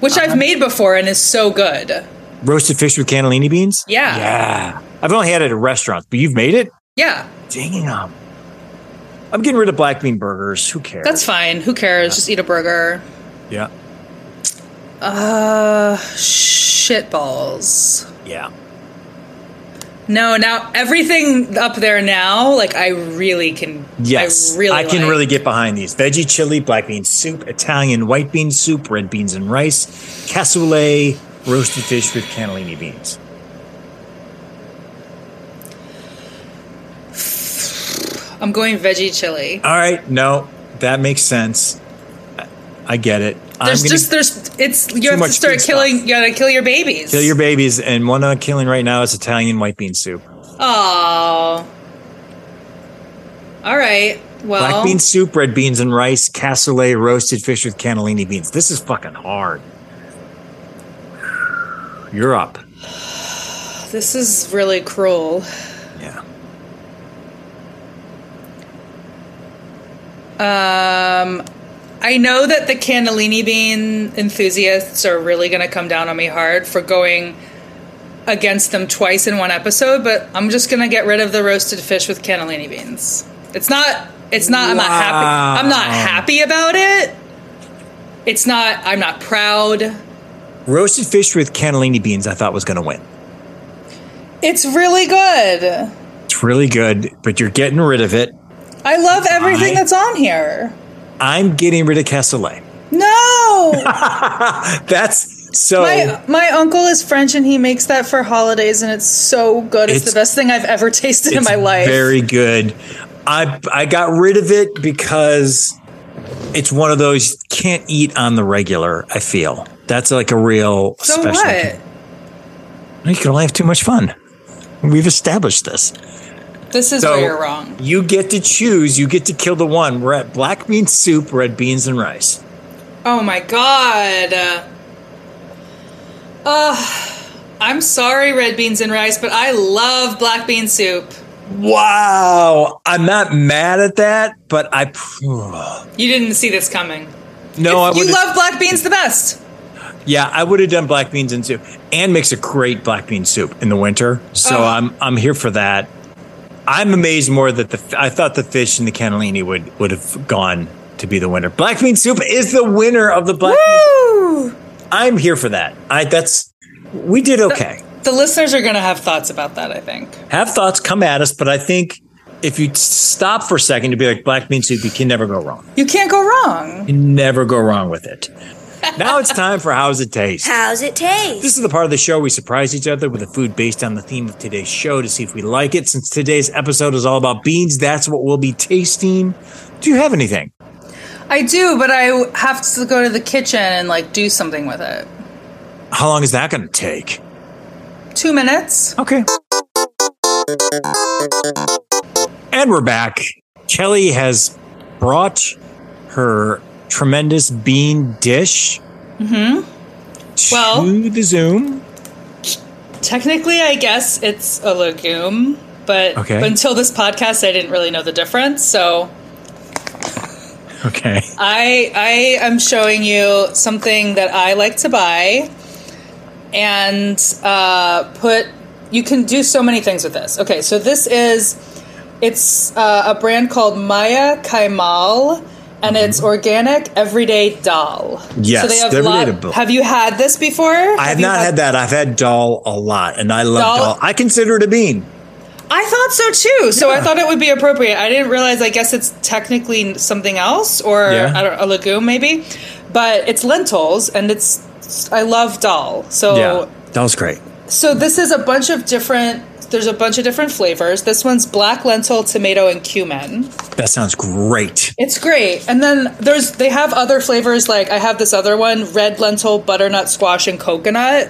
Which
Uh-huh.
I've made before and is so good.
Roasted fish with cannellini beans?
Yeah.
Yeah. I've only had it at restaurants, but you've made it?
Yeah.
Damn. um, I'm getting rid of black bean burgers. Who cares?
That's fine. Who cares? Just eat a burger.
Yeah.
Uh, shit balls.
Yeah.
No, now everything up there now, like I really can.
Yes.
I really.
can
like.
really get behind these. Veggie chili, black bean soup, Italian white bean soup, red beans and rice, cassoulet, roasted fish with cannellini beans.
I'm going veggie chili.
All right. No, that makes sense. I- I get it.
There's
I'm
just
going to
there's it's you have to
much
start
food
killing.
stuff.
You gotta kill your babies.
kill your babies, and one I'm killing right now is Italian white bean soup.
Oh. All right. Well.
Black bean soup, red beans and rice, cassoulet, roasted fish with cannellini beans. This is fucking hard. You're up.
This is really cruel.
Yeah.
Um, I know that the cannellini bean enthusiasts are really going to come down on me hard for going against them twice in one episode, but I'm just going to get rid of the roasted fish with cannellini beans. It's not. It's not. I'm not happy. I'm not
Wow.
happy about it. It's not. I'm not proud.
Roasted fish with cannellini beans, I thought was going to win.
It's really good.
It's really good, but you're getting rid of it.
I love everything
Why?
that's on here.
I'm getting rid of cassoulet.
No.
That's so.
My my uncle is French and he makes that for holidays and it's so good. It's,
It's-
the best thing I've ever tasted in
it's
my life.
Very good. I I got rid of it because it's one of those you can't eat on the regular. I feel that's like a real
so
special.
what?
You can only have too much fun. We've established this.
This is where you're wrong.
you get to choose. You get to kill the one. We're at black bean soup, red beans, and rice.
Oh my god. Uh I'm sorry red beans and rice, but I love black bean soup.
Wow, I'm not mad at that, but I
You didn't see this coming.
no, I would.
you love black beans the best.
yeah, I would have done black beans and soup. Anne makes a great black bean soup in the winter, so
Oh.
I'm I'm here for that. I'm amazed more that the I thought the fish and the cannellini would would have gone to be the winner. Black bean soup is the winner of the black. bean
Woo!
I'm here for that. I that's we did okay.
the listeners are going to have thoughts about that, I think.
Have thoughts come at us, but I think if you stop for a second to be like Black Bean Soup, you can never go wrong.
You can't go wrong.
You never go wrong with it. Now it's time for How's It Taste?
How's it taste?
This is the part of the show we surprise each other with a food based on the theme of today's show to see if we like it. Since today's episode is all about beans, that's what we'll be tasting. Do you have anything?
I do, but I have to go to the kitchen and like do something with it.
How long is that going to take?
Two minutes.
Okay. And we're back. Kelly has brought her tremendous bean dish
Mm-hmm.
to
Well-
the Zoom.
Technically, I guess it's a legume, but
Okay.
until this podcast, I didn't really know the difference. So
Okay.
I I am showing you something that I like to buy, and uh, put. You can do so many things with this. Okay, so this is it's uh, a brand called Maya Kaimal, and it's organic everyday dal.
Mm-hmm. Yes,
so they have
they're
lot-
relatable.
Have you had this before?
I have not had that. I've had dal a lot, and I love
Dal-
dal. I consider it a bean.
I thought so too. So I
Yeah.
thought it would be appropriate. I didn't realize. I guess it's technically something else, or
Yeah.
I don't, a legume maybe, but it's lentils, and it's I love dal. So
dal's great.
so this is a bunch of different. There's a bunch of different flavors. This one's black lentil, tomato, and cumin.
That sounds great.
It's great. And then there's they have other flavors like I have this other one, red lentil, butternut squash, and coconut.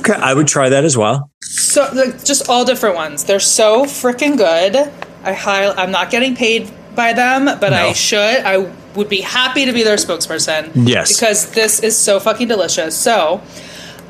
Okay, I would try that as well.
so like, just all different ones. They're so freaking good. I high, I'm not getting paid by them, but
No.
I should. I would be happy to be their spokesperson.
Yes.
because this is so fucking delicious. So,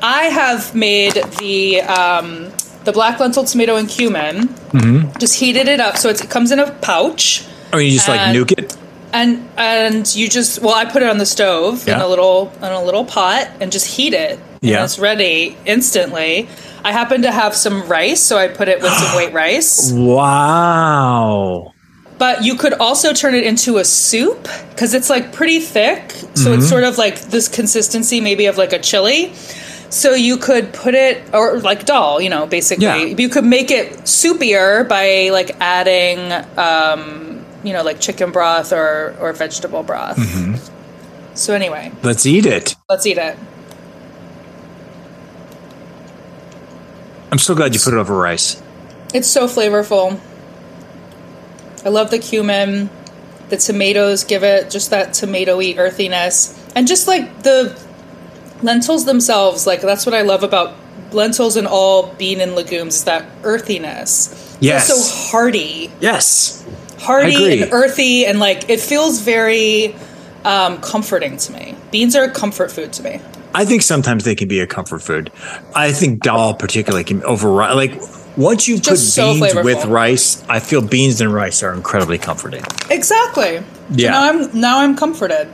I have made the um, the black lentil tomato and cumin.
Mm-hmm.
Just heated it up so it's, it comes in a pouch
I mean, you just like
And-
nuke it.
and and you just well i put it on the stove in
Yeah.
a little in a little pot and just heat it and
Yeah.
it's ready instantly i happen to have some rice so i put it with some white rice
Wow.
but you could also turn it into a soup because it's like pretty thick so it's sort of like this consistency maybe of like a chili so you could put it or like dal you know basically
Yeah.
you could make it soupier by like adding um you know like chicken broth or or vegetable broth so anyway
Let's eat it.
let's eat it
I'm so glad you put it over rice.
it's so flavorful i love the cumin the tomatoes give it just that tomatoey earthiness and just like the lentils themselves like that's what i love about lentils and all bean and legumes is that earthiness They're
Yes.
so hearty
Yes. I
hearty
agree.
and earthy and like it feels very um, comforting to me beans are a comfort food to me
I think sometimes they can be a comfort food. I think dal particularly can override. Like once you put
Just so
beans
flavorful.
with rice, I feel beans and rice are incredibly comforting.
exactly
Yeah.
now i'm now i'm comforted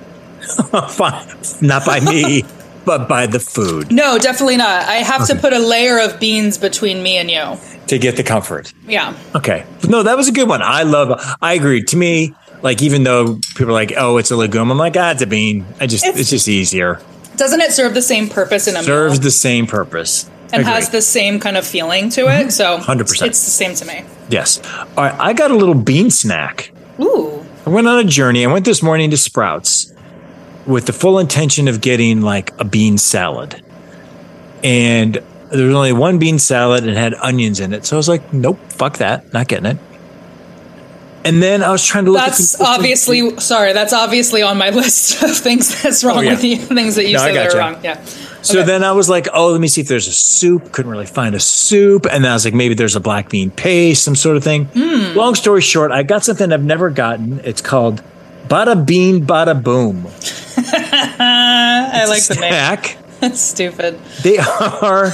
Fine. Not by me, but by the food
No, definitely not. I have to put a layer of beans between me and you.
to get the comfort.
Yeah.
Okay. No, that was a good one. I love, I agree. To me, like, even though people are like, oh, it's a legume, I'm like, ah, it's a bean. I just, it's,
It's-
just easier.
Doesn't it serve the same purpose in a
Serves
meal
the same purpose.
and
Agree.
has the same kind of feeling to it? So
100%.
it's the same to me.
Yes. All right. I got a little bean snack.
Ooh.
I went on a journey. I went this morning to Sprouts with the full intention of getting like a bean salad. And there was only one bean salad and had onions in it. So I was like, nope, fuck that. Not getting it. And then I was trying to look
That's
at the-
obviously sorry, that's obviously on my list of things that's wrong
Oh, yeah.
with you things that you
No, I
say that are
gotcha.
wrong. Yeah.
So
okay.
then I was like, oh, let me see if there's a soup. Couldn't really find a soup. And then I was like, maybe there's a black bean paste, some sort of thing.
Hmm.
Long story short, I got something I've never gotten. It's called Bada Bean Bada Boom.
I like the name.
Snack.
That's stupid.
They are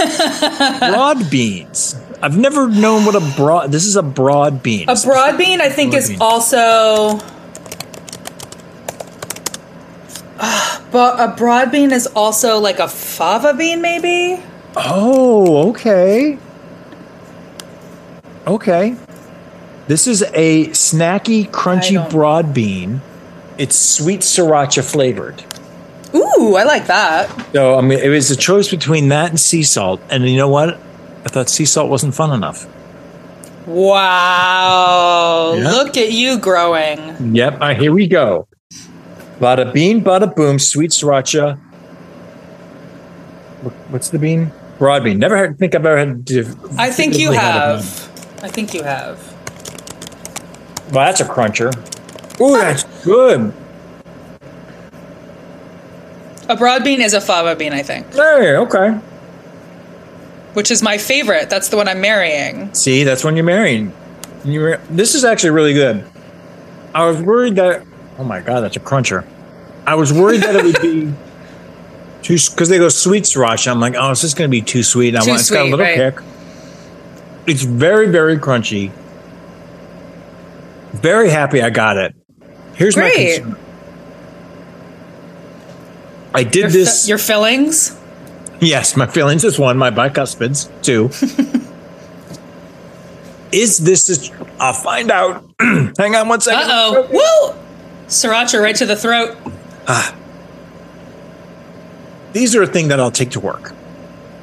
broad beans. I've never known what a broad. This is a broad bean.
A broad bean I think
Broad
is
bean.
also but a broad bean is also like a fava bean maybe?
oh, okay. Okay. This is a snacky,
I
crunchy
don't-
broad bean. It's sweet sriracha flavored.
Ooh, I like that.
So I mean, it was a choice between that and sea salt. And you know what? I thought sea salt wasn't fun enough.
Wow.
Yeah.
Look at you growing.
Yep. All right, here we go. Bada bean, bada boom, sweet sriracha. Wh- What's the bean? Broad bean. Never had, think I've ever had. div-
I think you
really had a
have.
bean.
I think you have.
Well, that's a cruncher. Oh, that's good.
A broad bean is a fava bean, I think,
Hey, okay.
which is my favorite. That's the one I'm marrying.
See, that's when you're marrying. You were- this is actually really good. I was worried that. Oh my god, that's a cruncher. I was worried that it would be too because they go sweet sriracha. I'm like, oh, is this going to be too sweet? And I
Too
want, it's got a
sweet,
little
right.
kick. It's very, very crunchy. Very happy I got it. Here's my
Great.
concern. I did
Your, fi-
this.
your fillings?
Yes, my feelings is one, my bicuspids two. is this? A, I'll find out. Hang on one second.
Uh oh. Woo! Sriracha right to the throat.
These are a thing that I'll take to work.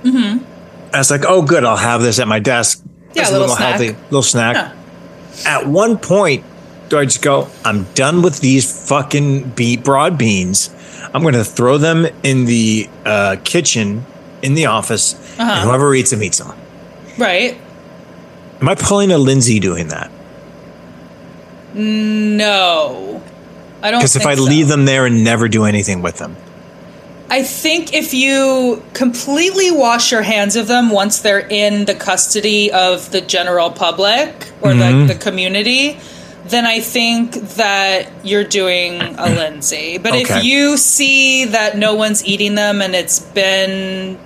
Mm-hmm. I was like, oh, good, I'll have this at my desk.
Yeah,
It's
a little snack.
little snack.
Yeah.
At one point, do I just go? I'm done with these fucking beet broad beans. I'm going to throw them in the uh, kitchen in the office,
Uh-huh.
and whoever eats them eats them.
Right?
Am I pulling a Lindsay doing that?
No. I don't
Because if
think
I
so.
leave them there and never do anything with them,
I think if you completely wash your hands of them once they're in the custody of the general public or
Mm-hmm.
the, the community, then I think that you're doing a Lindsay. But
Okay.
if you see that no one's eating them and it's been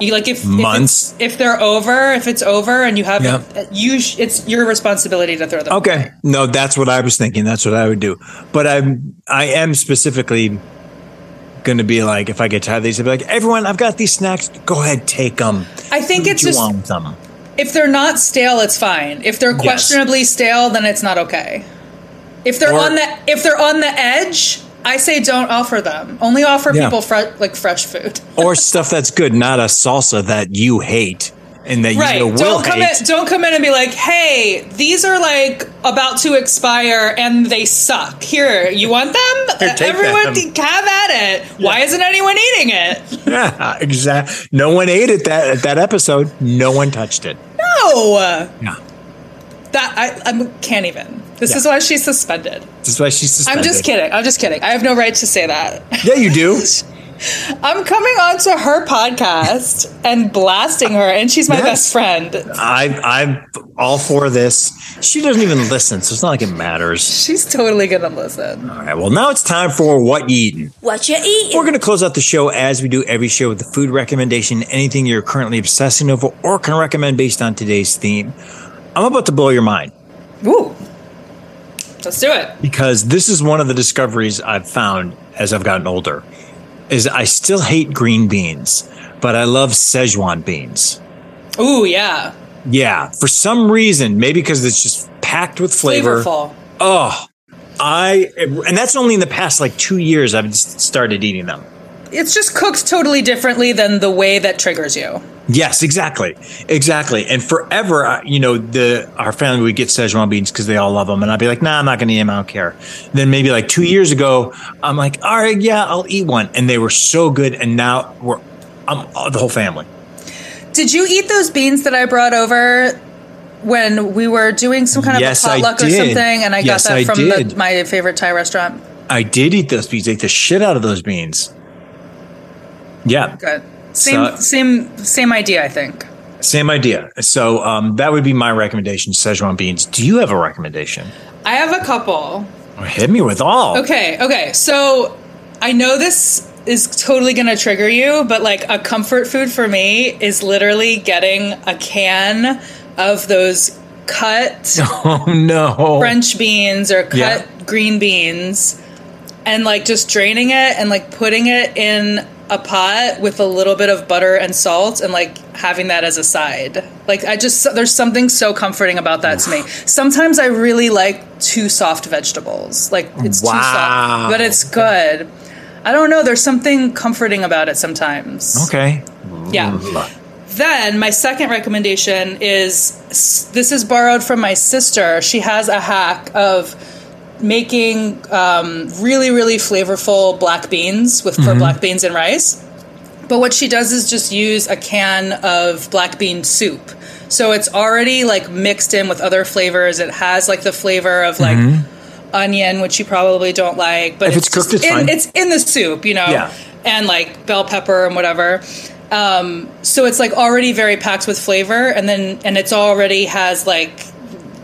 you like if if it's-
Months.
if, they're over, if it's over and you haven't, uh,
Yeah.
you sh- it's your responsibility to throw them.
okay, no, that's what I was thinking. That's what I would do. But I'm, I am specifically going to be like, if I get tired of these, I'd be like, everyone, I've got these snacks. Go ahead, take them.
I think it's
you
just
want them.
If they're not stale, it's fine. If they're questionably stale, then it's not okay. If they're
Or-
on the if they're on the edge, I say don't offer them. Only offer
Yeah.
people fre- like fresh food.
or stuff that's good, not a salsa that you hate and that
Right.
you will
Don't come
hate.
in don't come in and be like, "Hey, these are like about to expire and they suck. Here, you want them?
Here, take
Everyone
them."
can have at it. Why isn't anyone eating it?"
yeah, exactly. No one ate it that at that episode. No one touched it.
No.
Yeah,
That I I can't even. This
Yeah.
is why she's suspended.
that's why she's suspended.
I'm just kidding. I'm just kidding. I have no right to say that.
Yeah, you do.
I'm coming onto her podcast and blasting her, and she's my
Yes.
best friend.
I, I'm all for this. She doesn't even listen, so it's not like it matters.
She's totally gonna listen.
All right. Well, now it's time for what you eating.
What you eating?
We're going to close out the show as we do every show with the food recommendation, anything you're currently obsessing over or can recommend based on today's theme. I'm about to blow your mind
Woo! Let's do it.
because this is one of the discoveries I've found as I've gotten older. Is I still hate green beans, but I love Szechuan beans.
Ooh, yeah,
Yeah, for some reason, maybe because it's just packed with flavor.
flavorful.
Oh, I and that's only in the past like two years I've just started eating them.
It's just cooked totally differently than the way that triggers you.
Yes, exactly, exactly. And forever, I- you know, the our family would get Szechuan beans because they all love them, and I'd be like, "Nah, I'm not going to eat them. I don't care." Then maybe like two years ago, I'm like, "All right, yeah, I'll eat one," and they were so good, and now we're, I'm the whole family.
Did you eat those beans that I brought over when we were doing some kind
Yes,
of
I
a potluck or
did.
something? And I
Yes,
got that
I
from
did.
the, my favorite Thai restaurant.
I did eat those beans, ate the shit out of those beans. Yeah,
Good. Same,
So-
same, same idea. I think.
same idea. So um, that would be my recommendation: Szechuan beans. Do you have a recommendation?
I have a couple.
Hit me with all.
Okay, okay. So I know this is totally going to trigger you, but like a comfort food for me is literally getting a can of those cut
Oh no.
French beans or cut
Yeah.
green beans and like just draining it and like putting it in a pot with a little bit of butter and salt and like having that as a side. Like I just there's something so comforting about that to me. Sometimes I really like too soft vegetables. Like it's too
Wow.
soft, but it's good. I don't know, there's something comforting about it sometimes.
Okay.
Yeah. Then my second recommendation is this is borrowed from my sister. She has a hack of making um, really really flavorful black beans with
Mm-hmm.
for black beans and rice. But what she does is just use a can of black bean soup. So it's already like mixed in with other flavors. It has like the flavor of like onion, which you probably don't like, but
Mm-hmm. If it's cooked, it's
just in,
fine.
It's in the soup, you know,
Yeah.
and like bell pepper and whatever. Um, so it's like already very packed with flavor, and then and it's already has like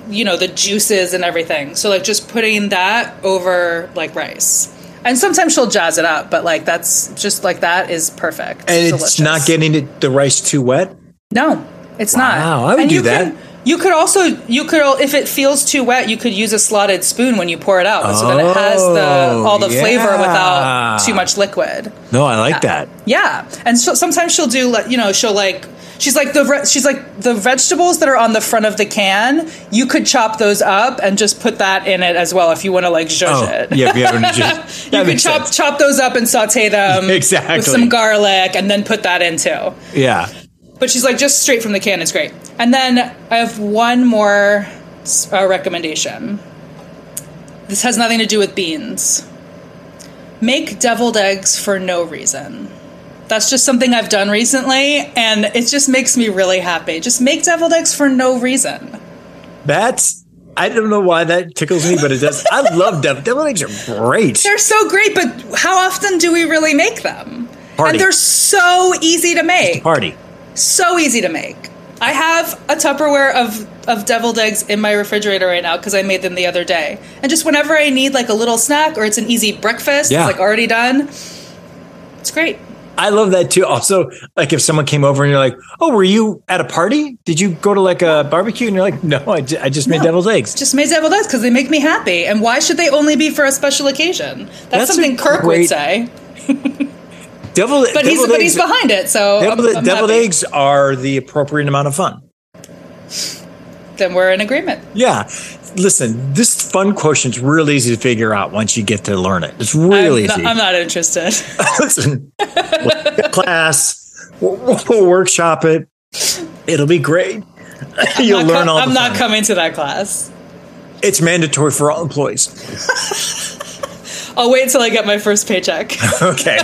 you know the juices and everything. So like just putting that over like rice. And sometimes she'll jazz it up, but like that's just like that is perfect.
and
Delicious.
it's not getting it, the rice too wet.
No, it's not.
Wow, I would
and
do
you
that.
Can, you could also you could al- if it feels too wet, you could use a slotted spoon when you pour it out, so that it has the all the
Oh,
flavor
yeah.
without
Oh.
too much liquid.
No, I like that.
Yeah, and so, sometimes she'll do like you know she'll like she's like the ve- she's like the vegetables that are on the front of the can. You could chop those up and just put that in it as well if you want to like zhuzh
Oh,
it.
yeah, we have just,
You could chop chop those up and saute them
Exactly.
with some garlic and then put that in too.
Yeah,
But she's like, just straight from the can is great. And then I have one more uh, recommendation. This has nothing to do with beans. Make deviled eggs for no reason. That's just something I've done recently, and it just makes me really happy. Just make deviled eggs for no reason.
that's. I don't know why that tickles me, but it does. I love devil. Devil eggs are great.
They're so great, but how often do we really make them?
Party.
And they're so easy to make.
Party.
so easy to make. I have a Tupperware of of deviled eggs in my refrigerator right now because I made them the other day. And just whenever I need like a little snack or it's an easy breakfast,
Yeah.
it's like already done. It's great.
I love that too. Also, like if someone came over and you're like, "Oh, were you at a party? Did you go to like a barbecue?" And you're like, "No, I, ju- I just made
No.
devil's eggs."
Just made deviled eggs because they make me happy. And why should they only be for a special occasion? That's,
That's a
something Kirk
great-
would say.
devil,
But he's
deviled
but he's
eggs-
behind it, so I'm-
Deviled,
I'm
deviled
happy.
eggs are the appropriate amount of fun.
Then we're in agreement.
Yeah. Listen, this fun quotient's real easy to figure out once you get to learn it. It's real
I'm,
easy.
not, I'm not interested.
Listen, we'll take a class, we'll, we'll workshop it. It'll be great. You'll
I'm not
learn
com-
all.
I'm
the
not
fun.
coming to that class.
It's mandatory for all employees.
I'll wait till I get my first paycheck.
Okay.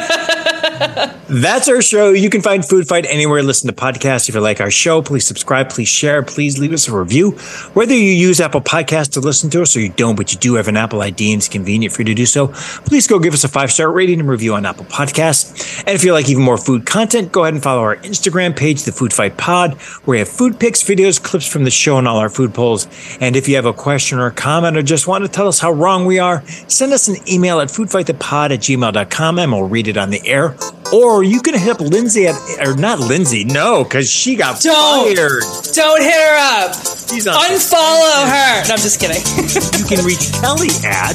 That's our show. You can find Food Fight anywhere. Listen to podcasts. If you like our show, please subscribe, please share, please leave us a review. Whether you use Apple Podcasts to listen to us or you don't, but you do have an Apple ID and it's convenient for you to do so, please go give us a five star rating and review on Apple Podcasts. And if you like even more food content, go ahead and follow our Instagram page, The Food Fight Pod, where we have food picks, videos, clips from the show, and all our food polls. And if you have a question or a comment or just want to tell us how wrong we are, send us an email at foodfightthepod at gmail.com and we'll read it on the air. Or you can hit up Lindsay at, or not Lindsay, no, because she got
Don't.
fired.
Don't hit her up.
She's on.
Unfollow her. No, I'm just kidding.
you can reach Kelly at.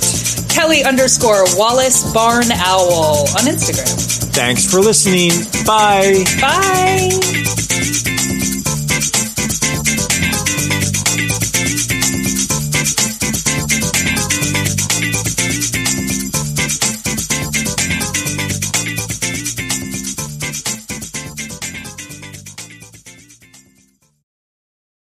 Kelly underscore Wallace Barn Owl on Instagram.
Thanks for listening. Bye.
Bye.